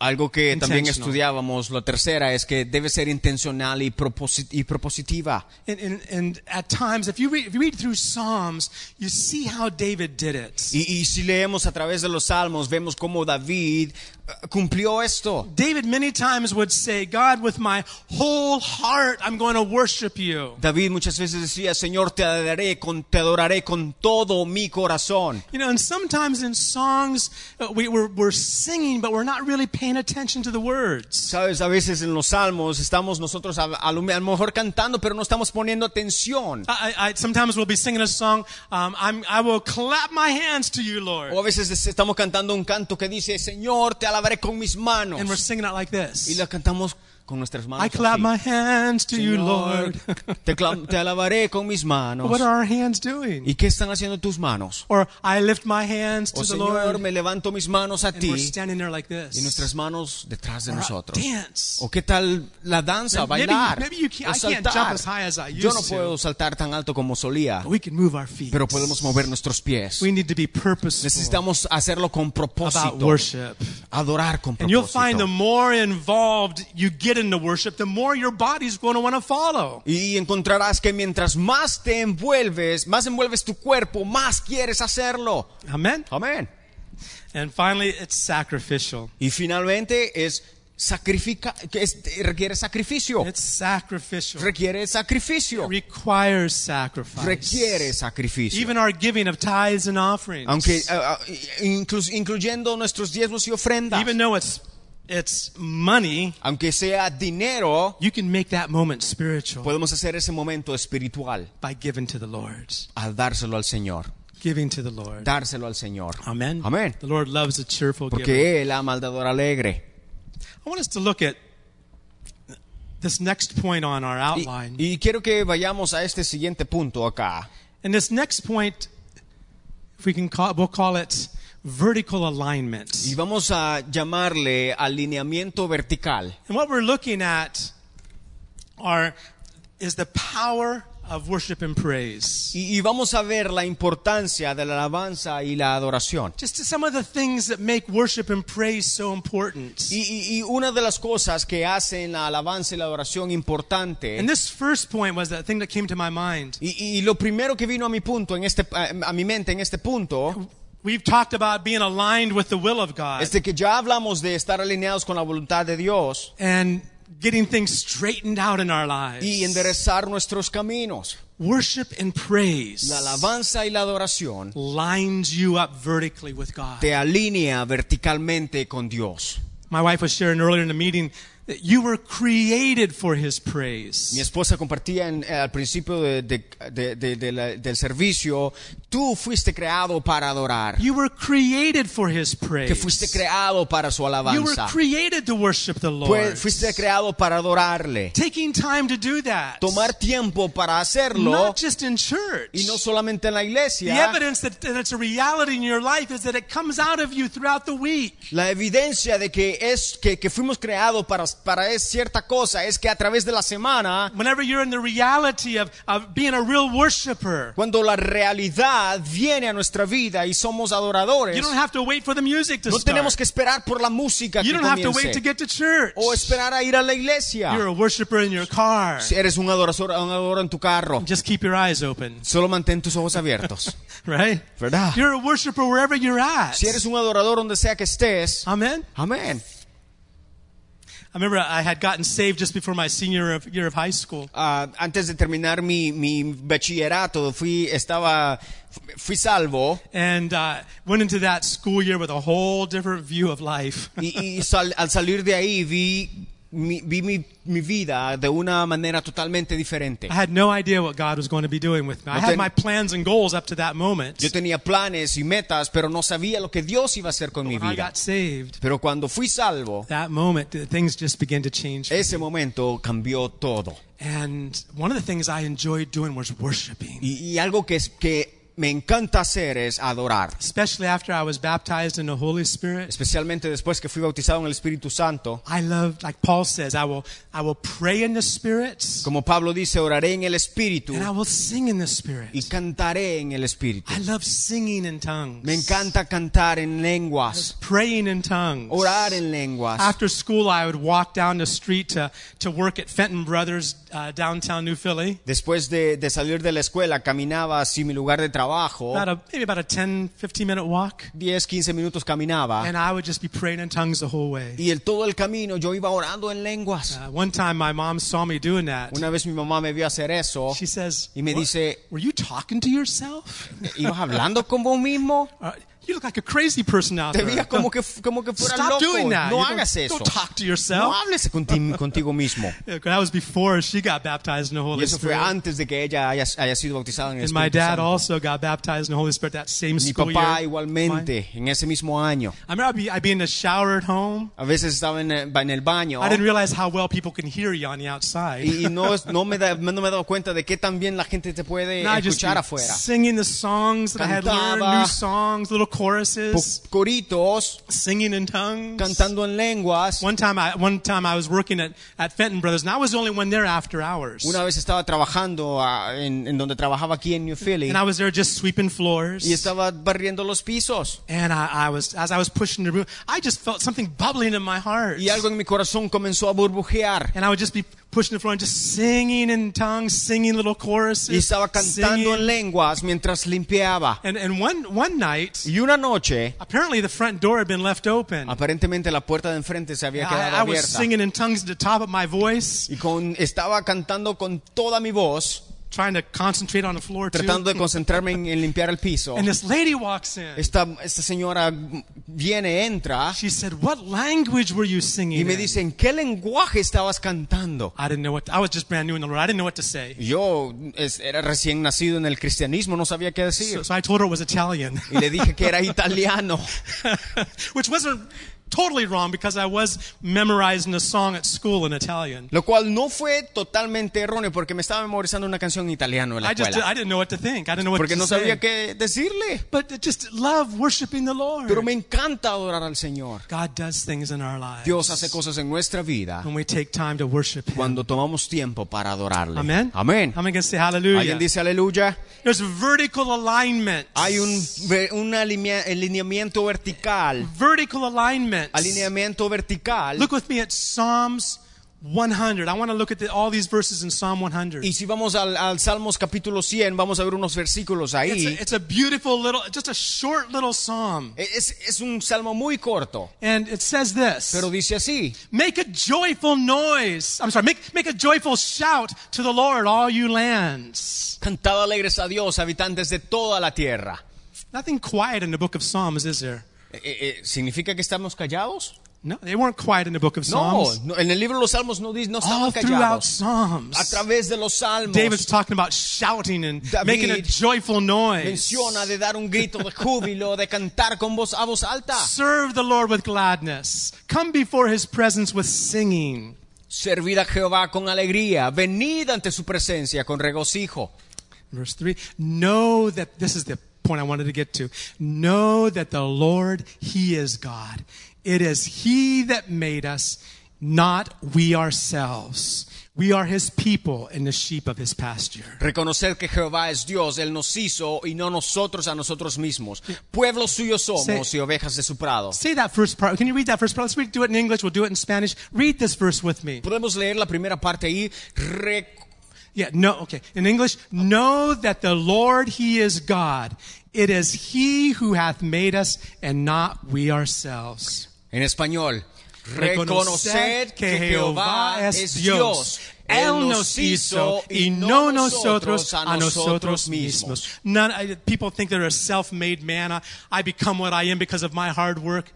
S4: Algo que también
S3: Intentional.
S4: estudiábamos, la tercera, es que debe ser intencional y, proposi- y propositiva.
S3: And, and, and at times, if you, read, if you read through Psalms, you see how David did it.
S4: Y, y si leemos a través de los salmos, vemos cómo David eh, cumplió esto.
S3: David many times would say, God, with my whole heart, I'm going to worship you.
S4: David muchas veces decía, Señor, te adoraré con, te adoraré con todo mi corazón.
S3: You know, and sometimes in songs, uh, we, we're, we're singing, but we're not really paying attention to the words.
S4: Sabes, a veces en los salmos estamos nosotros a, a lo, a lo mejor cantando, pero no estamos poniendo atención.
S3: I, I, I- sometimes we'll be singing a song, um, I'm, I will clap my hands to you, Lord.
S4: O a veces es- estamos cantando un canto que dice, Señor, te alabaré con mis manos.
S3: And we're singing it like
S4: Y
S3: this.
S4: la cantamos con nuestras manos.
S3: I clap
S4: así.
S3: my hands to you,
S4: Señor,
S3: Lord.
S4: te, clam- te alabaré con mis manos.
S3: What are our hands doing?
S4: ¿Y qué están haciendo tus manos?
S3: Or I lift my hands
S4: Oh
S3: to the
S4: Señor,
S3: Lord.
S4: me levanto mis manos a
S3: And we're
S4: ti
S3: standing there like
S4: y nuestras
S3: this.
S4: manos detrás de
S3: Or I
S4: nosotros.
S3: dance.
S4: ¿O qué tal la danza,
S3: Maybe-
S4: bailar?
S3: maybe you can't-
S4: o
S3: I can't
S4: saltar?
S3: jump as high as I
S4: Yo
S3: used
S4: no
S3: to.
S4: puedo saltar tan alto como solía,
S3: But we can move our feet.
S4: pero podemos mover nuestros pies.
S3: We need to be purposeful
S4: Necesitamos hacerlo con
S3: about
S4: propósito,
S3: worship.
S4: adorar con
S3: And you'll find the
S4: propósito.
S3: more involved you get into worship, the more your body's going to want to follow.
S4: Y encontrarás que mientras más te envuelves, más envuelves tu cuerpo, más quieres hacerlo.
S3: Amen.
S4: Amén.
S3: And finally, it's sacrificial.
S4: Y finalmente es sacrifica, que es- requiere sacrificio.
S3: It's sacrificial.
S4: Requiere sacrificio.
S3: requires sacrifice.
S4: Requiere sacrificio.
S3: Even our giving of tithes and offerings.
S4: Aunque ah, ah, inclu- incluyendo nuestros diezmos y ofrendas,
S3: even though it's it's money,
S4: aunque sea dinero,
S3: you can make that moment spiritual
S4: podemos hacer ese momento espiritual
S3: by giving to the Lord.
S4: al dárselo al Señor.
S3: Giving to the Lord.
S4: Dárselo al Señor.
S3: Amen.
S4: Amén.
S3: The Lord loves a cheerful giver.
S4: Porque Él ama al dador alegre.
S3: I want us to look at this next point on our
S4: Y,
S3: outline.
S4: y quiero que vayamos a este siguiente punto acá.
S3: And this next point, if we can call, we'll call it vertical alignment.
S4: Y vamos a llamarle alineamiento vertical.
S3: And what we're looking at are is the power of worship and praise.
S4: Y, y vamos a ver la importancia de la alabanza y la adoración.
S3: Just some of the things that make worship and praise so important.
S4: Y, y- y una de las cosas que hacen la alabanza y la adoración importante.
S3: And this first point was that thing that came to my mind.
S4: Y, y lo primero que vino a mi punto en este a, a mi mente en este punto
S3: We've talked about being aligned with the will of God
S4: es de que ya hablamos de estar alineados con la voluntad de Dios
S3: and getting things straightened out in our
S4: y
S3: lives.
S4: enderezar nuestros caminos.
S3: Worship and praise
S4: La alabanza y la adoración
S3: lines you up vertically with God.
S4: te alinea verticalmente con Dios.
S3: My wife was sharing earlier in the meeting that you were created for His
S4: Mi
S3: praise.
S4: esposa compartía en- eh, al principio de- de- de- de- de la- del servicio, tú fuiste creado para adorar,
S3: You were created for His
S4: que fuiste
S3: praise.
S4: creado para su
S3: You were
S4: alabanza,
S3: created to worship the Lord.
S4: Fue- fuiste creado para adorarle.
S3: Taking time to do that.
S4: Tomar tiempo para hacerlo
S3: Not just in church.
S4: y no solamente en la
S3: The
S4: iglesia.
S3: evidence that, that it's a reality in your life is that it comes out of you throughout the week.
S4: La evidencia de que es que, que fuimos creados para, para es cierta cosa es que a través de la semana,
S3: Whenever you're in the reality of, of being a real worshiper,
S4: cuando la realidad viene a nuestra vida y somos adoradores,
S3: you don't have to wait for the music to
S4: no tenemos
S3: start.
S4: que Oh, esperar por la música
S3: You
S4: que
S3: don't have to wait to
S4: comience,
S3: get to church.
S4: o esperar a ir a la iglesia.
S3: You're a worshiper in your car.
S4: Si eres un adorador, un adorador en tu carro,
S3: Just keep your eyes open,
S4: solo mantén tus ojos abiertos,
S3: right?
S4: ¿verdad?
S3: You're a worshiper wherever you're at.
S4: Si eres un adorador donde sea que estés,
S3: Amen.
S4: amén.
S3: I remember I had gotten saved just before my senior of, year of high school.
S4: Ah, antes de terminar mi, mi bachillerato, fui, estaba, fui salvo.
S3: and uh, went into that school year with a whole different view of life.
S4: Y, y sal- al salir de ahí vi, mi, vi mi, mi vida de una manera totalmente diferente.
S3: I had no idea what God was going to be doing with me. I
S4: No
S3: had
S4: ten-
S3: my plans and goals up to that moment.
S4: Yo tenía planes y metas, pero no sabía lo que Dios iba a hacer con mi
S3: When I
S4: vida.
S3: got saved,
S4: Pero cuando fui salvo,
S3: that moment, th- things just began to change.
S4: ese momento cambió todo.
S3: And one of the things I enjoyed doing was worshiping,
S4: Y, y algo que, es, que me encanta hacer es adorar.
S3: especially after I was baptized in the Holy Spirit.
S4: Especialmente después que fui bautizado en el Espíritu Santo.
S3: I love, like Paul says, I will, I will pray in the Spirit
S4: Como Pablo dice, oraré en el Espíritu
S3: and I will sing in the
S4: y
S3: Spirit.
S4: cantaré en el Espíritu.
S3: I love singing in tongues.
S4: Me encanta cantar en lenguas,
S3: Praying in tongues.
S4: orar en lenguas.
S3: After school, I would walk down the street to, to work at Fenton Brothers uh, downtown New Philly.
S4: Después de, de salir de la escuela, caminaba hacia mi lugar de trabajo.
S3: About a, maybe about a 10, 15 minute walk.
S4: 10, 15 minutos caminaba.
S3: And I would just be praying in tongues the whole way.
S4: Y el, todo el camino yo iba orando en lenguas.
S3: Uh, one time, my mom saw me doing that.
S4: Una vez mi mamá me vio hacer eso.
S3: She says,
S4: Y me
S3: "What?
S4: dice-
S3: Were you talking to yourself?
S4: ¿Ibas hablando con vos mismo?
S3: Uh, You look like a crazy person out
S4: Te
S3: there.
S4: veías como que, como que fuera
S3: Stop
S4: loco.
S3: doing that. You
S4: No
S3: don't-
S4: hagas eso.
S3: Don't talk to
S4: No
S3: yourself.
S4: hables conti- contigo mismo.
S3: Yeah, that was before she got baptized in the
S4: Y
S3: Holy
S4: eso fue
S3: Spirit.
S4: antes de que ella haya, haya sido bautizada en el
S3: And my
S4: Espíritu
S3: dad
S4: Santo.
S3: also got baptized in the Holy Spirit that same
S4: Mi
S3: school
S4: papá
S3: year.
S4: igualmente, en ese mismo año.
S3: I remember I'd be, I'd be in the shower at home.
S4: A veces estaba en el, en el baño
S3: I didn't realize how well people can hear you on the outside.
S4: y, y no, es- no, me da- no me he dado cuenta de que también la gente te puede
S3: And I'd just
S4: escuchar
S3: be
S4: afuera.
S3: singing the songs that I had learned,
S4: Cantaba.
S3: new songs, little choruses,
S4: Po- Coritos,
S3: singing in tongues.
S4: cantando en lenguas.
S3: One time, I one time I was working at, at Fenton Brothers, and I was the only one there after hours.
S4: Una vez estaba trabajando ah, en, en donde trabajaba aquí en New Philly
S3: And I was there just sweeping floors.
S4: y estaba barriendo los pisos.
S3: And I, I was, as I was pushing the room, I just felt something bubbling in my heart.
S4: Y algo en mi corazón comenzó a burbujear.
S3: And I would just be pushing the floor and just singing in tongues, singing little choruses.
S4: Y estaba cantando en
S3: singing.
S4: lenguas mientras limpiaba.
S3: And, and one, one night,
S4: Y Ah, una noche,
S3: apparently the front door had been left open.
S4: aparentemente la puerta de enfrente se
S3: Ah,
S4: había
S3: I,
S4: quedado
S3: I was
S4: abierta.
S3: singing in tongues at the top of my voice,
S4: Y con, estaba cantando con toda mi voz,
S3: trying to concentrate on the floor too.
S4: tratando de concentrarme en, en limpiar el piso.
S3: And this lady walks in.
S4: Esta, esta señora viene, entra
S3: She said, "What language were you singing?"
S4: y me
S3: in?"
S4: dice, ¿en qué lenguaje estabas cantando?
S3: I didn't know what. I was just brand new in the Lord. I didn't know what to say.
S4: Yo es- era recién nacido en el cristianismo, no sabía qué decir.
S3: So, so I told her it was Italian,
S4: Y le dije que era italiano,
S3: which wasn't totally wrong because I was memorizing a song at school in Italian.
S4: lo cual no fue totalmente erróneo porque me estaba memorizando una canción en italiano en la
S3: I just
S4: escuela.
S3: I didn't know what to think. I didn't know what
S4: Porque
S3: to
S4: no
S3: say.
S4: sabía qué decirle.
S3: But it just love worshiping the Lord.
S4: Pero me encanta adorar al Señor.
S3: God does things in our lives.
S4: Dios hace cosas en nuestra vida
S3: when we take time to worship Him.
S4: cuando tomamos tiempo para adorarle.
S3: Amen.
S4: Amén.
S3: I'm gonna say hallelujah.
S4: Alguien dice aleluya.
S3: There's vertical alignment.
S4: Hay un, ve- un alinea- alineamiento vertical.
S3: vertical alignment.
S4: Alineamiento vertical.
S3: Look with me at Psalms 100. I want to look at the, all these verses in Psalm 100.
S4: Y si vamos al, al Salmos capítulo 100, vamos a ver unos
S3: It's
S4: versículos ahí.
S3: a, it's a beautiful little, just a short little psalm.
S4: Es, es un salmo muy corto,
S3: And it says this
S4: pero dice así.
S3: Make a joyful noise. I'm sorry, make, make a joyful shout to the Lord, all you lands.
S4: Cantad alegres a Dios, habitantes de toda la tierra.
S3: Nothing quiet in the book of Psalms, is there?
S4: Eh, eh, eh, ¿Significa que estamos callados?
S3: No, they weren't quiet in the book of
S4: No,
S3: Psalms.
S4: no, en el libro de los salmos no, dice- no
S3: all
S4: estamos
S3: throughout
S4: callados.
S3: Psalms.
S4: A través de los salmos
S3: David's talking about shouting and
S4: David
S3: making a joyful noise.
S4: menciona de dar un grito de júbilo, de cantar con voz a voz alta.
S3: Serve the Lord with gladness. Come before his presence with singing.
S4: Servid a Jehová con alegría, venid ante su presencia con regocijo.
S3: Verse 3 Know that, this is the point I wanted to get to. Know that the Lord, He is God. It is He that made us, not we ourselves. We are His people and the sheep of His pasture.
S4: Reconoced que Jehová es Dios, Él nos hizo y no nosotros a nosotros mismos. Pueblo suyo somos
S3: Sí.
S4: y ovejas de su prado.
S3: Say that first part. Can you read that first part? Let's read, do it in English. We'll do it in Spanish. Read this verse with me.
S4: Podemos leer la primera parte ahí. Re-
S3: Yeah, no, okay. In English, know that the Lord, He is God. It is He who hath made us and not we ourselves.
S4: en español. Reconoced que Jehová es Dios. Él nos hizo y no nosotros a nosotros mismos.
S3: None, I, people think they're a self-made man. I, I become what I am because of my hard work.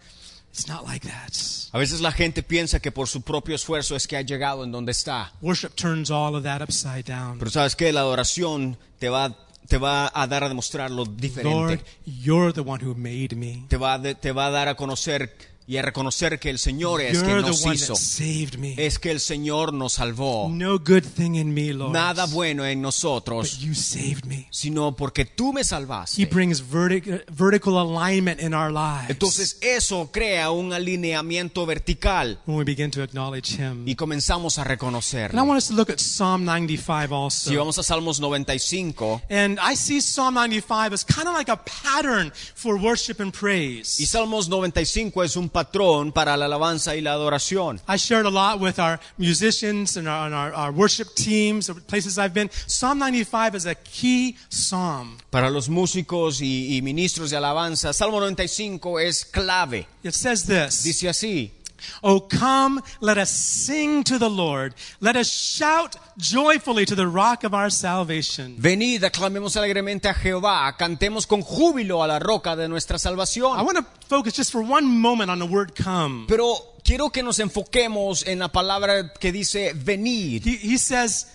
S3: It's not like that.
S4: A veces la gente piensa que por su propio esfuerzo es que ha llegado en donde está.
S3: Worship turns all of that upside down.
S4: Pero sabes que la adoración te va, te va a dar a demostrar lo
S3: Lord,
S4: diferente.
S3: you're the one who made me.
S4: Te va, a de- te va a dar a conocer y a reconocer que el Señor es
S3: You're
S4: quien
S3: the
S4: nos
S3: one
S4: hizo.
S3: that saved me.
S4: es que el Señor nos salvó.
S3: No good thing in me, Lord.
S4: Nada bueno en
S3: But
S4: nosotros,
S3: you saved me.
S4: sino porque tú me
S3: He
S4: salvaste.
S3: brings vertic- vertical alignment in our lives.
S4: Entonces eso crea un alineamiento vertical
S3: when we begin to acknowledge Him.
S4: y comenzamos a reconocer.
S3: And I want us to look at Psalm 95 also.
S4: Si vamos a Salmos 95,
S3: and I see Psalm 95 as kind of like a pattern for worship and
S4: y
S3: praise.
S4: Salmos 95 es un patrón para la alabanza y la adoración.
S3: I shared a lot with our musicians and our, and our, our worship teams, the places I've been. Psalm 95 is a key psalm.
S4: Para los músicos y, y ministros de alabanza, Salmo 95 es clave.
S3: It says this
S4: Dice así,
S3: O come, let us sing to the Lord. Let us shout joyfully to the rock of our salvation.
S4: Venid, aclamemos alegremente a Jehová, cantemos con júbilo a la roca de nuestra
S3: I
S4: salvación.
S3: want to focus just for one moment on the word come.
S4: Pero quiero que nos enfoquemos en la palabra que dice venid.
S3: He, he says,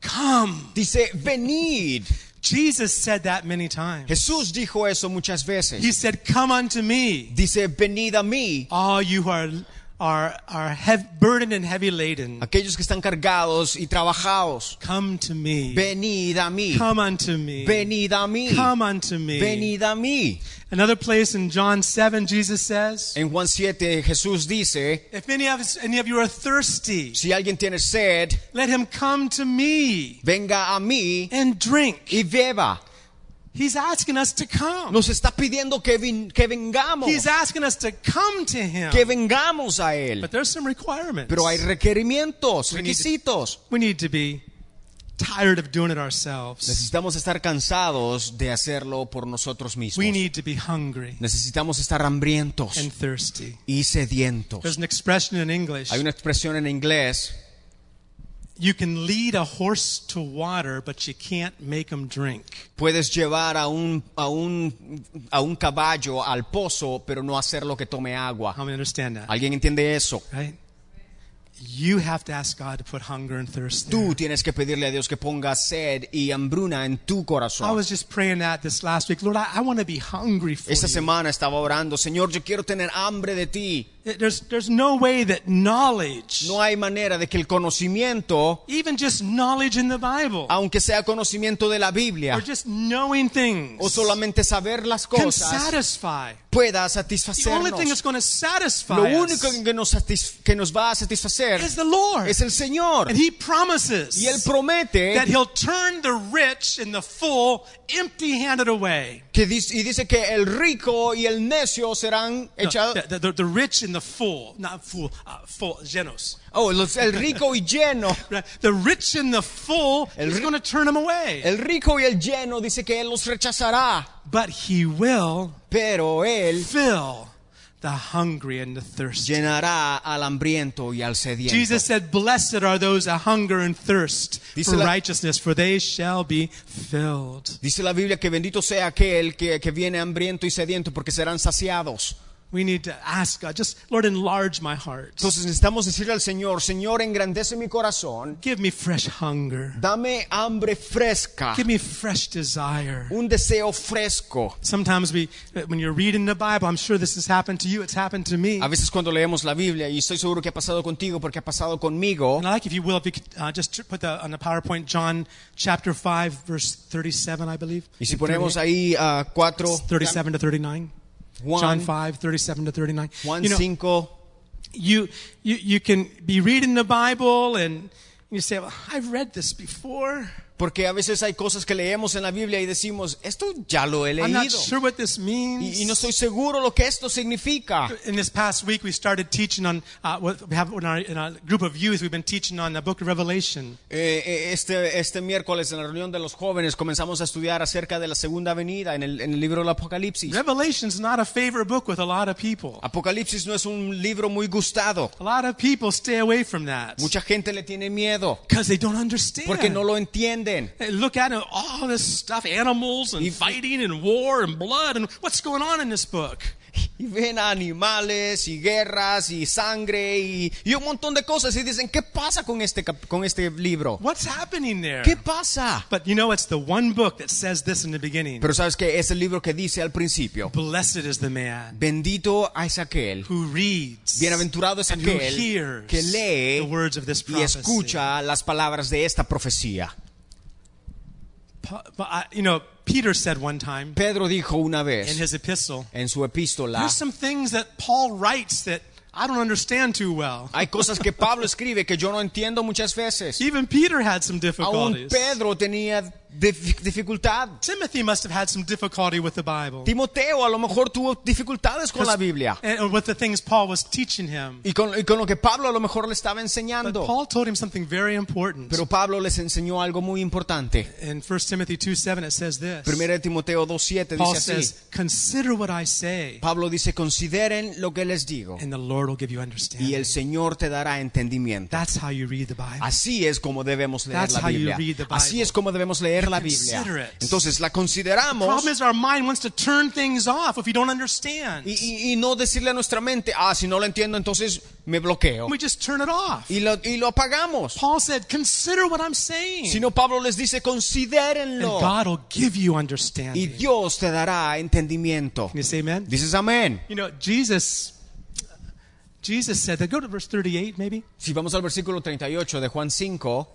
S3: Come.
S4: Dice venid.
S3: Jesus said that many times.
S4: Jesús dijo eso muchas
S3: He
S4: veces.
S3: said, Come unto me,
S4: Dice venid a mí.
S3: all you who are, are, are hev- burdened and heavy laden.
S4: Aquellos que están cargados y trabajados.
S3: Come to me.
S4: Venid a mí.
S3: Come unto me.
S4: Venid a mí.
S3: Come unto me.
S4: Venid a mí.
S3: Another place in John 7, Jesus says,
S4: En Juan 7 Jesús dice,
S3: If any of, us- any of you are thirsty,
S4: si alguien tiene sed,
S3: let him come to me
S4: venga a mí
S3: and drink.
S4: y beba.
S3: He's asking us to come.
S4: Nos está pidiendo que, vin- que vengamos,
S3: He's asking us to come to him.
S4: que vengamos a Él.
S3: But there's some requirements.
S4: Pero hay requerimientos,
S3: We need to-
S4: requisitos.
S3: We need to be tired of doing it ourselves.
S4: Necesitamos estar cansados de hacerlo por nosotros
S3: We
S4: mismos.
S3: need to be hungry
S4: Necesitamos estar hambrientos
S3: and thirsty.
S4: y sedientos.
S3: There's an expression in English.
S4: Hay una expresión en inglés,
S3: You can lead a horse to water, but you can't make him drink.
S4: puedes llevar a un, a un, a un caballo al pozo, pero no hacerlo que tome agua.
S3: How many understand that?
S4: ¿Alguien entiende eso?
S3: Right? You have to ask God to put hunger and thirst there.
S4: Tú tienes que pedirle a Dios que ponga sed y hambruna en tu
S3: I
S4: corazón.
S3: was just praying that this last week. Lord, I, I want to be hungry for
S4: Esta
S3: you.
S4: semana estaba orando, Señor, yo quiero tener hambre de ti.
S3: There's, there's no way that knowledge,
S4: No hay manera de que el conocimiento,
S3: even just knowledge in the Bible,
S4: aunque sea conocimiento de la
S3: or
S4: Blia,
S3: just knowing things,
S4: o solamente saber las
S3: can
S4: cosas,
S3: satisfy.
S4: pueda
S3: The only thing
S4: satisfacernos.
S3: that's going to satisfy
S4: Lo único
S3: us
S4: que nos, satis- que nos va a satisfacer
S3: is the Lord.
S4: es el Señor.
S3: And He promises
S4: Y Él promete
S3: that He'll turn the rich and the full empty handed away.
S4: que dice, y dice que el rico y el necio serán
S3: No,
S4: echados.
S3: the, the, the rich and the full, not full, uh, full, genos.
S4: Oh, los- el rico y lleno.
S3: Right? The rich and the full,
S4: El
S3: He's
S4: ri-
S3: going to turn them away.
S4: El rico y el lleno dice que él los rechazará,
S3: but He will
S4: pero él
S3: fill the hungry and the thirsty.
S4: llenará al hambriento y al sediento.
S3: Jesus said, Blessed are those that hunger and thirst
S4: Dice
S3: for
S4: la-
S3: righteousness, for they shall be filled.
S4: Dice la Biblia que bendito sea aquel que, que viene hambriento y sediento porque serán saciados.
S3: We need to ask God, just Lord, enlarge my heart.
S4: Entonces necesitamos decirle al Señor, Señor, engrandece mi corazón,
S3: Give me fresh hunger.
S4: dame hambre fresca,
S3: Give me fresh desire.
S4: un deseo fresco.
S3: Sometimes we, uh, when you're reading the Bible, I'm sure this has happened to you. It's happened to me.
S4: A veces cuando leemos la Biblia, y estoy seguro que ha pasado contigo porque ha pasado conmigo,
S3: And I like if you will, if you could uh, just tr- put the, on the PowerPoint, John chapter 5, verse 37, I believe.
S4: y si ponemos ahí a 4,
S3: It's 37 to 39. John 5, 37 to 39. You know,
S4: 5,
S3: you, you, you can be reading the Bible and you say, well, I've read this before.
S4: Porque a veces hay cosas que leemos en la Biblia y decimos, esto ya lo he
S3: I'm not
S4: leído.
S3: sure what this means.
S4: Y, y no estoy seguro lo que esto significa.
S3: in this past week, we started teaching on, uh, what we have in our, in our group of youth, we've been teaching on the book of Revelation.
S4: Eh, eh, este, este miércoles en la reunión de los jóvenes comenzamos a estudiar acerca de la segunda venida en el, en el libro del Apocalipsis.
S3: Revelation's not a favorite book with a lot of people.
S4: Apocalipsis no es un libro muy gustado.
S3: A lot of people stay away from that
S4: Mucha gente le tiene miedo
S3: because they don't understand.
S4: porque no lo entienden.
S3: They look at it, all this stuff, animals and fighting and war and blood and what's going on in this book.
S4: Y ven a animales y guerras y sangre y, y un montón de cosas y dicen, ¿qué pasa con este, cap- con este libro?
S3: What's happening there?
S4: ¿Qué pasa?
S3: But you know, it's the one book that says this in the beginning.
S4: Pero sabes que es el libro que dice al principio,
S3: Blessed is the man
S4: Bendito es aquel,
S3: who reads
S4: bienaventurado es
S3: and who
S4: aquel
S3: hears
S4: que
S3: the
S4: lee
S3: words of this
S4: y
S3: prophecy.
S4: escucha las palabras de esta profecía.
S3: Pa- but I- You know, Peter said one time
S4: Pedro dijo una
S3: in
S4: vez
S3: his epistle,
S4: en su epístola,
S3: there's some things that Paul writes that I don't understand too well.
S4: hay cosas que Pablo escribe que yo no entiendo muchas veces.
S3: Even Peter had some
S4: Aún
S3: difficulties.
S4: Pedro tenía dif- dificultad.
S3: Timothy must have had some difficulty with the Bible.
S4: Timoteo a lo mejor tuvo dificultades con la Biblia
S3: And, or with the things Paul was teaching him.
S4: y con, y con lo que Pablo a lo mejor le estaba
S3: But
S4: enseñando.
S3: Paul told him something very important.
S4: Pero Pablo les enseñó algo muy importante.
S3: In 1 Timothy 2 7, it says this.
S4: Primera de Timoteo 2.7
S3: Paul
S4: dice así.
S3: says, Consider what I say,
S4: Pablo dice, consideren lo que les digo
S3: and the Lord will give you
S4: y
S3: understanding.
S4: el Señor te dará entendimiento.
S3: That's how you read the Bible.
S4: Así es como debemos leer
S3: That's
S4: la
S3: how you
S4: Biblia.
S3: read the Bible.
S4: Así es como debemos leer la Biblia.
S3: consider it.
S4: Entonces la
S3: The
S4: consideramos
S3: problem is, our mind wants to turn things off if we don't understand.
S4: y, y- y no decirle a nuestra mente, ah, si no lo entiendo, entonces me bloqueo.
S3: We just turn it off.
S4: Y lo, y lo apagamos.
S3: Paul said, Consider what I'm saying,
S4: Sino Pablo les dice,
S3: and
S4: considérenlo.
S3: God will give you
S4: Y
S3: understanding. Can
S4: Dios te dará entendimiento.
S3: you say amen?
S4: Dices amén.
S3: You know, Jesus. Jesus said that. Go to verse 38, maybe.
S4: Si vamos al versículo 38 de Juan 5,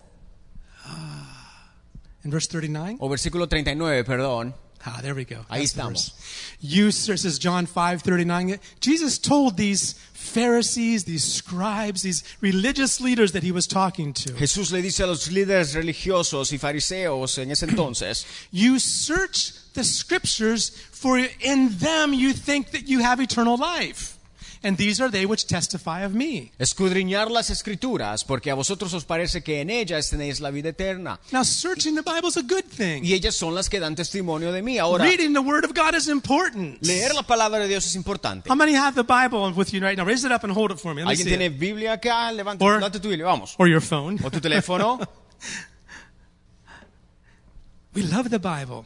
S3: And verse 39.
S4: o versículo 39, perdón.
S3: Ah, there we go.
S4: Ahí
S3: That's the
S4: estamos.
S3: verse. You, sir, says John 5, 39. Jesus told these Pharisees, these scribes, these religious leaders that he was talking to.
S4: Jesús le dice a los líderes religiosos y fariseos en ese entonces,
S3: You search the scriptures, for in them you think that you have eternal life. And these are they which testify of me.
S4: escudriñar las escrituras, porque a vosotros os parece que en ellas tenéis la vida eterna.
S3: Now, searching the Bible is a good thing.
S4: Y ellas son las que dan testimonio de mí. Ahora,
S3: Reading the Word of God is important.
S4: leer la palabra de Dios es importante.
S3: How many have the Bible with you right now? Raise it up and hold it for me. Let me
S4: ¿Alguien
S3: see
S4: tiene
S3: it.
S4: Biblia acá? Levanta,
S3: Or-
S4: levanta tu Biblia, vamos.
S3: Or your phone.
S4: O tu teléfono.
S3: We love the Bible.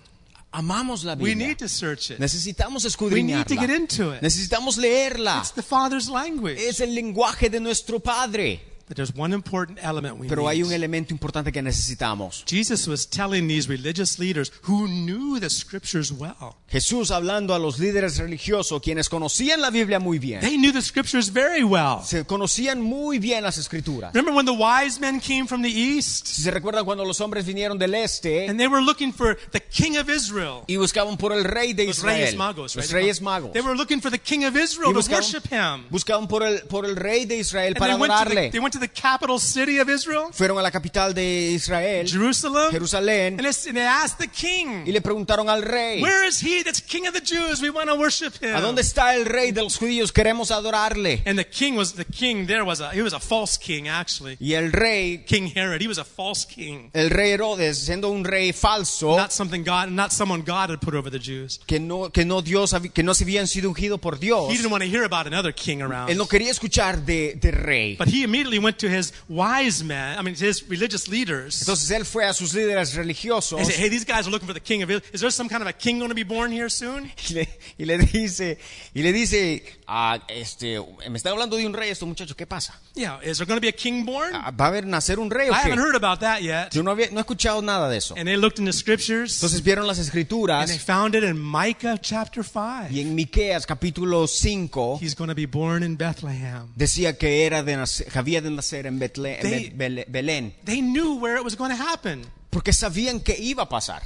S4: Amamos la
S3: We
S4: Biblia.
S3: need to search it.
S4: Necesitamos
S3: We need to get
S4: escudriñarla.
S3: into it.
S4: Necesitamos leerla.
S3: It's the Father's language.
S4: Es el lenguaje de nuestro Padre.
S3: But there's one important element we
S4: Pero hay un
S3: need.
S4: elemento importante que necesitamos.
S3: Jesus was telling these religious leaders who knew the scriptures well.
S4: Jesús hablando a los líderes religiosos, quienes conocían la Biblia muy bien,
S3: They knew the scriptures very well.
S4: se conocían muy bien las escrituras.
S3: Remember when the wise men came from the east
S4: Si se recuerdan cuando los hombres vinieron del este
S3: and they were looking for the king of Israel?
S4: y buscaban por el rey de
S3: Los
S4: Israel,
S3: Reyes Magos,
S4: los
S3: right?
S4: reyes magos,
S3: They were looking for the king of Israel
S4: y
S3: to
S4: buscaban,
S3: worship him.
S4: buscaban por el por el rey de Israel
S3: And
S4: para
S3: they went, to the,
S4: adorarle.
S3: they went to the capital city of Israel,
S4: Fueron a la capital de Israel,
S3: Jerusalem,
S4: Jerusalén,
S3: and they, and they asked the
S4: y
S3: king,
S4: le preguntaron al rey,
S3: Where is he that's king of the Jews? We want to worship him.
S4: ¿a dónde está el rey de los judíos? Queremos adorarle.
S3: And the king was the king. There was a he was a false king actually.
S4: Y el rey,
S3: King Herod. He was a false king.
S4: el rey Herodes, siendo un rey falso,
S3: Not something God, not someone God had put over the Jews.
S4: que no, que no Dios, hab- que no se habían sido ungido por Dios.
S3: He didn't want to hear about another king around.
S4: Él no quería escuchar de, de rey.
S3: But he immediately went to his wise men. I mean, his religious leaders.
S4: Entonces él fue a sus líderes religiosos
S3: And said, "Hey, these guys are looking for the king of Israel. Is there some kind of a king going to be born here soon?"
S4: y le, y le dice, y le dice, "Ah, este, me está hablando de un rey estos muchachos, ¿qué pasa?
S3: Yeah, is there going to be a king born?
S4: Ah, ¿Va a haber nacer un rey o
S3: I
S4: qué?
S3: haven't heard about that yet.
S4: Yo no, había, no he escuchado nada de eso.
S3: And they looked in the scriptures
S4: Entonces vieron las
S3: and they
S4: escrituras
S3: found it in Micah chapter five.
S4: y en Miqueas capítulo 5
S3: He's going to be born in Bethlehem.
S4: decía que era de nacer- había de nacer en Betle- en
S3: They-
S4: Be- Bele- Belén,
S3: They knew where it was going to happen.
S4: porque sabían que iba a pasar.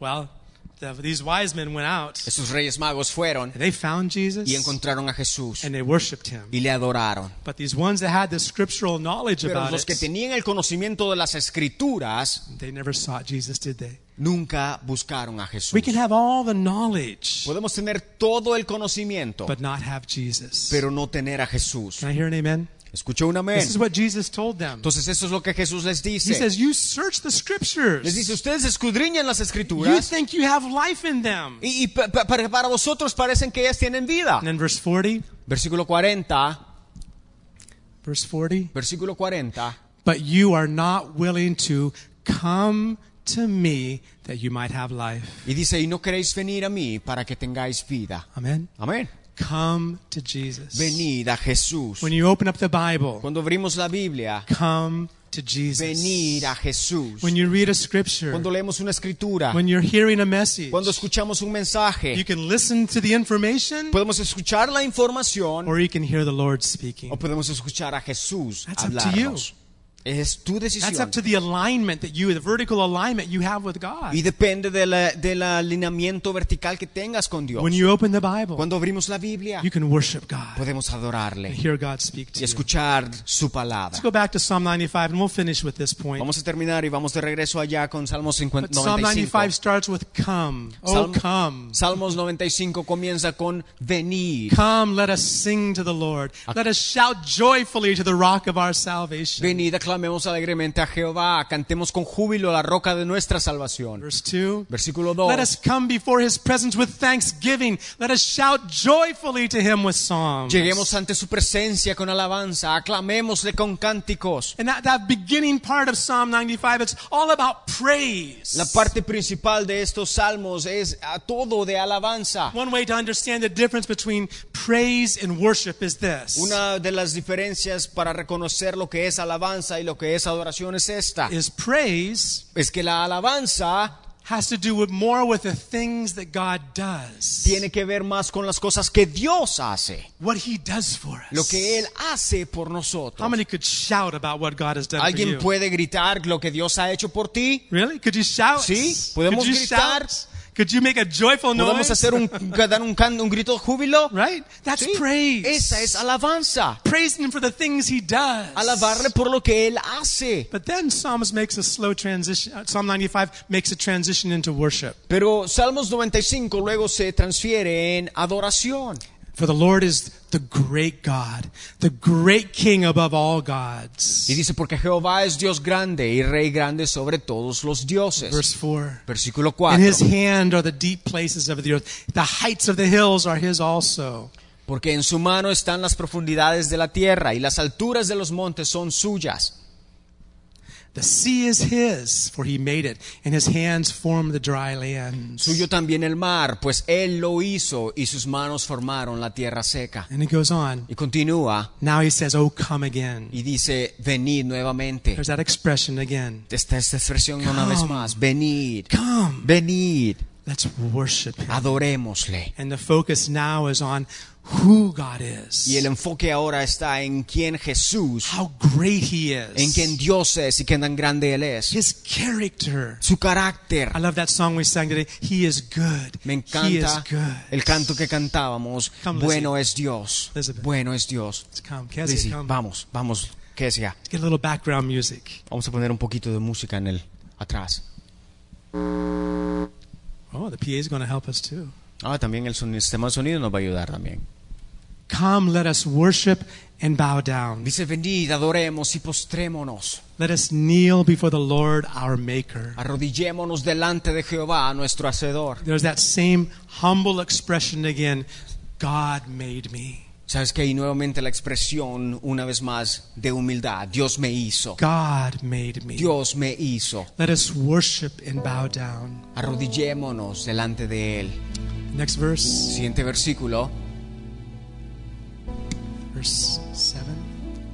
S3: Well, the, these wise men went out
S4: Esos reyes magos fueron
S3: and they found Jesus
S4: y encontraron a Jesús
S3: and they worshiped him.
S4: y le adoraron.
S3: But these ones that had the scriptural knowledge
S4: Pero
S3: about
S4: los que
S3: it,
S4: tenían el conocimiento de las escrituras
S3: they never sought Jesus, did they?
S4: nunca buscaron a Jesús.
S3: We can have all the knowledge,
S4: Podemos tener todo el conocimiento,
S3: but not have Jesus.
S4: pero no tener a Jesús.
S3: Can I hear an amen?
S4: Escuchó un amén.
S3: This is what Jesus told them.
S4: Entonces eso es lo que Jesús les
S3: He
S4: dice.
S3: says, You search the
S4: Les dice,
S3: scriptures.
S4: ustedes escudriñan las
S3: You
S4: escrituras
S3: think you have life in them.
S4: y, y pa- pa- para, para vosotros parecen que ellas tienen vida.
S3: And then verse 40,
S4: Versículo 40,
S3: verse 40.
S4: versículo 40.
S3: But you are not willing to come to me that you might have life.
S4: Y dice, y no queréis venir a mí para que tengáis vida.
S3: Amen.
S4: Amén.
S3: Come to Jesus.
S4: Venid a Jesús.
S3: When you open up the Bible,
S4: Cuando abrimos la Biblia,
S3: come to Jesus.
S4: venir a Jesús.
S3: When you read a scripture,
S4: Cuando leemos una escritura,
S3: when you're hearing a message,
S4: cuando escuchamos un mensaje,
S3: you can listen to the information
S4: podemos escuchar la información Oh,
S3: or you can hear the Lord speaking.
S4: o podemos escuchar a Jesús
S3: That's up to you.
S4: hablarnos. Es tu
S3: That's
S4: decisión.
S3: up to the alignment that you, the vertical alignment you have with God.
S4: Y depende de la- del alineamiento vertical que tengas con Dios.
S3: When you open the Bible,
S4: Cuando abrimos la Biblia,
S3: you can worship God
S4: podemos adorarle
S3: and hear God speak
S4: y
S3: to you.
S4: escuchar su
S3: Let's
S4: palabra.
S3: go back to Psalm 95 and we'll finish with this point.
S4: Vamos a terminar y vamos de regreso allá con Salmos 50
S3: But Psalm 95
S4: 95.
S3: starts with come. Oh,
S4: Salmo-
S3: come.
S4: Salmos 95 comienza con venid.
S3: Come, let us sing to the Lord. Let us shout joyfully to the rock of our salvation.
S4: Venid, aclamemos alegremente a Jehová, cantemos con júbilo la roca de nuestra salvación.
S3: Verse 2.
S4: Versículo
S3: Let us
S4: 2.
S3: come before his presence with thanksgiving. Let us shout joyfully to him with psalms.
S4: Lleguemos ante su presencia con alabanza, aclamémosle con cánticos.
S3: And that, that beginning part of Psalm 95, it's all about praise.
S4: La parte principal de estos salmos es a todo de alabanza.
S3: One way to understand the difference between praise and worship is this.
S4: Una de las diferencias para reconocer lo que es alabanza y lo que es adoración es esta.
S3: Is praise
S4: Es que la alabanza
S3: has to do with more with the things that God does.
S4: tiene que ver más con las cosas que Dios hace,
S3: What he does for us.
S4: lo que Él hace por
S3: How
S4: nosotros.
S3: many could shout about what God has done for
S4: ¿Alguien
S3: you?
S4: puede gritar lo que Dios ha hecho por ti?
S3: Really? Could you shout?
S4: Sí,
S3: Could
S4: podemos
S3: you
S4: gritar.
S3: shout? Could you make a joyful noise?
S4: ¿Podemos hacer un, dar un, can- un grito de júbilo?
S3: Right? That's
S4: Sí,
S3: praise.
S4: Esa es alabanza.
S3: Praising him for the things he does.
S4: Alabarle por lo que Él hace.
S3: But then Psalms makes a slow transition. uh, Psalm 95 makes a transition into worship.
S4: Pero Salmos 95 luego se transfiere en adoración.
S3: For the Lord is the great God, the great King above all
S4: Y
S3: gods.
S4: dice, porque Jehová es Dios grande y Rey grande sobre todos los dioses.
S3: Verse 4.
S4: Versículo
S3: In his
S4: 4.
S3: hand are the deep places of the earth. The heights of the hills are his also.
S4: Porque en su mano están las profundidades de la tierra y las alturas de los montes son suyas.
S3: The sea is his, for he made it, and his hands formed the dry lands.
S4: Suyo también el mar, pues él lo hizo y sus manos formaron la tierra seca.
S3: And it goes on.
S4: Y continúa
S3: Now he says, Oh, come again.
S4: y dice, venid nuevamente.
S3: There's that expression again.
S4: Esta, esta expresión una vez
S3: Come.
S4: más, venid,
S3: Come.
S4: venid,
S3: Let's worship him.
S4: adorémosle.
S3: And the focus now is on who God is,
S4: Y el enfoque ahora está en quién Jesús,
S3: how great he
S4: en quién
S3: is,
S4: Dios es y qué tan grande Él es.
S3: his character.
S4: su carácter.
S3: I love that song we sang today. He is good. He
S4: Me
S3: is
S4: encanta
S3: good.
S4: el canto que cantábamos.
S3: Come,
S4: Bueno es Dios.
S3: Elizabeth.
S4: Bueno es Dios.
S3: Let's come. Kezia,
S4: Lizzie,
S3: come.
S4: vamos, vamos, que decía.
S3: Let's get a little background music.
S4: Vamos a poner un poquito de música en el atrás.
S3: Oh, the PA is going to help us too.
S4: Ah, también el soni- sistema de sonido nos va a ayudar también.
S3: Come, let us worship and bow down.
S4: Dice, venid, adoremos y postrémonos.
S3: Let us kneel before the Lord our Maker.
S4: Arrodillémonos delante de Jehová, nuestro Hacedor.
S3: There's that same humble expression again God made me.
S4: Sabes que hay nuevamente la expresión, una vez más, de humildad. Dios me hizo.
S3: God made me.
S4: Dios me hizo.
S3: Let us worship and bow down.
S4: Arrodillémonos delante de Él.
S3: Next verse,
S4: Siguiente versículo.
S3: verse 7.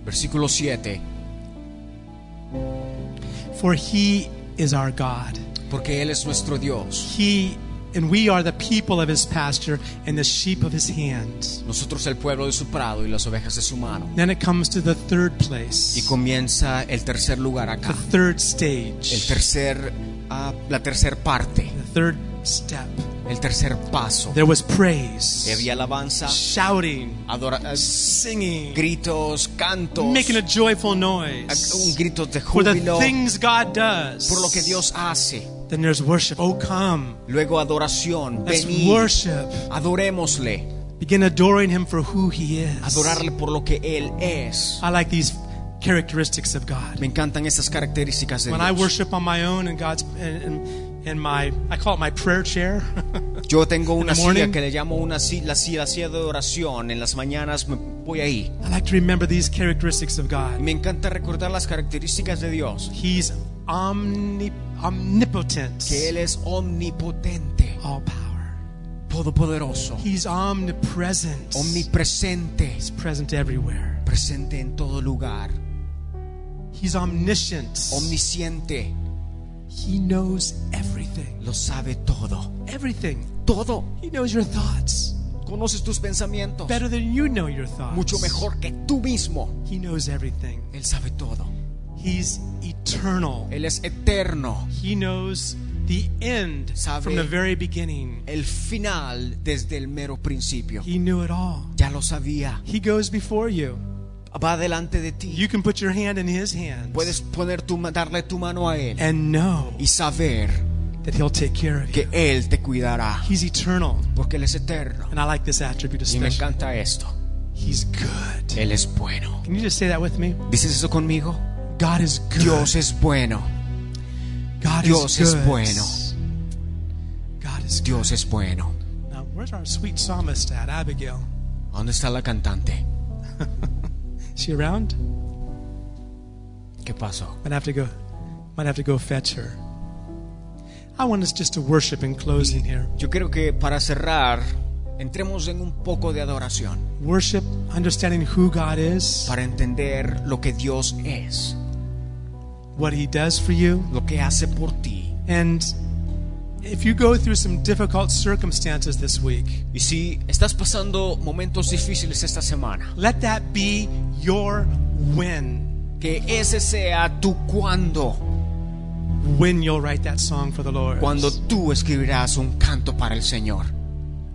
S4: Versículo 7.
S3: For he is our God.
S4: Porque Él es nuestro Dios.
S3: He and we are the people of his pasture and the sheep of his hand.
S4: Nosotros el pueblo de su prado y las ovejas de su mano.
S3: Then it comes to the third
S4: Y
S3: place,
S4: comienza el tercer lugar
S3: the
S4: acá.
S3: third
S4: El
S3: stage,
S4: tercer, ah, la tercer parte.
S3: the third step.
S4: El tercer paso.
S3: There was praise,
S4: Y había alabanza,
S3: shouting,
S4: adora- eh,
S3: singing,
S4: gritos, cantos,
S3: making a joyful
S4: ac- un
S3: noise
S4: grito de
S3: for the
S4: júbilo
S3: things God
S4: por lo que
S3: does.
S4: Dios hace.
S3: Then there's worship. Oh, come.
S4: Luego adoración.
S3: Let's
S4: Venid.
S3: worship.
S4: Adorémosle.
S3: Begin adoring him for who he is.
S4: Adorarle por lo que Él es.
S3: I like these characteristics of God.
S4: Me encantan estas características de
S3: When I
S4: Dios.
S3: worship on my own and God's and, and, and my I call it my prayer chair.
S4: Yo tengo una
S3: the morning.
S4: silla que le llamo una silla, la silla, la silla de oración. En las mañanas me voy ahí.
S3: I like to remember these characteristics of
S4: Y
S3: God.
S4: me encanta recordar las características de Dios.
S3: He's omni, omnipotent,
S4: Que Él es omnipotente,
S3: all power.
S4: todopoderoso,
S3: He's omnipresent.
S4: omnipresente,
S3: He's present everywhere.
S4: presente en todo lugar,
S3: He's omniscient.
S4: omnisciente,
S3: he knows everything.
S4: lo sabe todo.
S3: Everything.
S4: Todo.
S3: He knows your thoughts
S4: Conoces tus pensamientos
S3: better than you know your thoughts.
S4: mucho mejor que tú mismo.
S3: He knows everything.
S4: Él sabe todo.
S3: He's eternal.
S4: Él es eterno.
S3: He knows the end
S4: Sabe-
S3: from the very beginning.
S4: El final desde el mero principio.
S3: He knew it all.
S4: Ya lo sabía.
S3: He goes before you.
S4: Va delante de ti.
S3: You can put your hand in his hands
S4: Puedes poner tu, ma- darle tu mano a Él
S3: and know
S4: y saber
S3: that he'll take care of you.
S4: que Él te cuidará.
S3: He's eternal.
S4: Porque Él es eterno.
S3: And I like this attribute
S4: Y me
S3: especially.
S4: encanta esto.
S3: He's good.
S4: Él es bueno.
S3: Can you just say that with me?
S4: ¿Dices eso conmigo?
S3: God is good.
S4: Dios es bueno.
S3: God
S4: Dios
S3: is
S4: es
S3: good.
S4: bueno.
S3: God is good.
S4: Dios es bueno.
S3: Now, where's our sweet psalmist at, Abigail?
S4: ¿Dónde está la cantante?
S3: Is she around?
S4: ¿Qué pasó?
S3: Might have to go. Might have to go fetch her. I want us just to worship in closing here.
S4: Yo creo que para cerrar, entremos en un poco de adoración
S3: Worship, understanding who God is,
S4: para entender lo que Dios es,
S3: what He does for you,
S4: lo que hace por ti.
S3: and if you go through some difficult circumstances this week,
S4: Y si estás pasando momentos difíciles esta semana,
S3: let that be your win.
S4: que ese sea tu cuando,
S3: When you'll write that song for the Lord.
S4: cuando tú escribirás un canto para el Señor,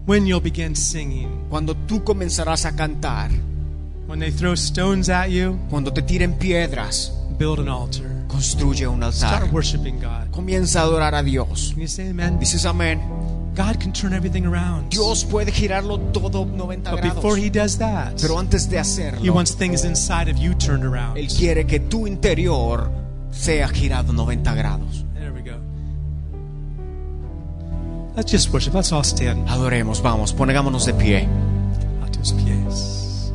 S3: When you'll begin singing.
S4: cuando tú comenzarás a cantar,
S3: When they throw stones at you,
S4: cuando te tiren piedras,
S3: build an altar.
S4: construye un altar.
S3: Start worshiping God.
S4: Comienza a adorar a Dios.
S3: Can you say amen?
S4: Dices amén.
S3: God can turn everything around.
S4: Dios puede girarlo todo 90
S3: But before
S4: grados.
S3: he does that,
S4: Pero antes de
S3: he
S4: hacerlo,
S3: wants things inside of you turned around.
S4: Él quiere que tu interior sea girado 90 grados.
S3: There we go. Let's just worship. Let's all stand
S4: Adoremos, vamos, pongámonos de pie.
S3: a tus pies.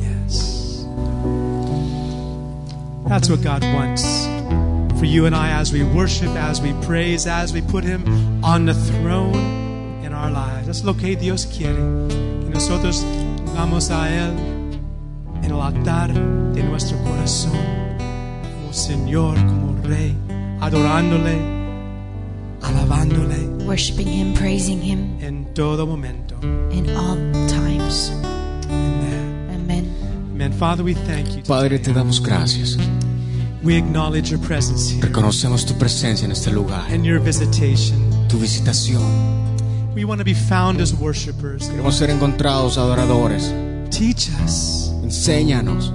S3: Yes. That's what God wants for you and I as we worship, as we praise, as we put Him on the throne in our lives. That's lo que Dios quiere. Y nosotros vamos a Él en el altar de nuestro corazón, como Señor, como Rey, adorándole, alabándole
S1: Worshiping Him, praising Him
S3: en todo momento.
S1: in all times.
S3: Amen.
S1: Amen.
S3: Amen. Father, we thank you.
S4: Padre, te
S3: today.
S4: damos gracias.
S3: we acknowledge your presence here
S4: Reconocemos tu presencia en este lugar,
S3: and your visitation.
S4: tu visitación.
S3: We want to be found as worshipers.
S4: Queremos ser encontrados adoradores.
S3: Teach us.
S4: Enséñanos.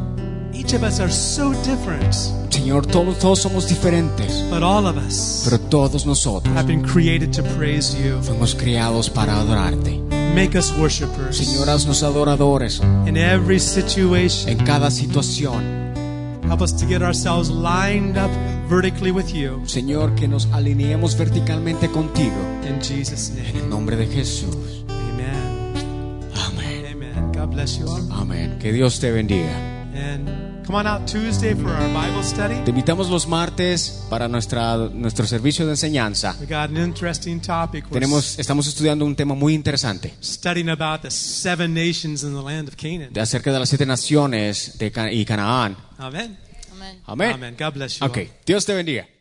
S3: Each of us are so different,
S4: Señor, todos, todos somos diferentes,
S3: but all of us
S4: pero todos nosotros
S3: have been created to praise you.
S4: fuimos criados para adorarte.
S3: Make us worshipers
S4: Señor, haznos adoradores
S3: in every situation.
S4: en cada situación.
S3: Help us to get ourselves lined up vertically with you.
S4: Señor, que nos alineemos verticalmente contigo.
S3: In Jesus'
S4: En
S3: name.
S4: el nombre de Jesús.
S3: Amen.
S4: Amén.
S3: Amen. God bless you all.
S4: Amén. Que Dios te bendiga.
S3: And come on out Tuesday for our Bible study.
S4: Te invitamos los martes para nuestra, nuestro servicio de enseñanza.
S3: We got an interesting topic. We're
S4: Tenemos, estamos estudiando un tema muy interesante
S3: studying about the seven nations in the land of Canaan.
S4: de acerca de las siete naciones de Ca- y Canaán.
S3: Amen.
S4: Amén.
S3: Amen. God bless you.
S4: Ok.
S3: all.
S4: Dios te bendiga.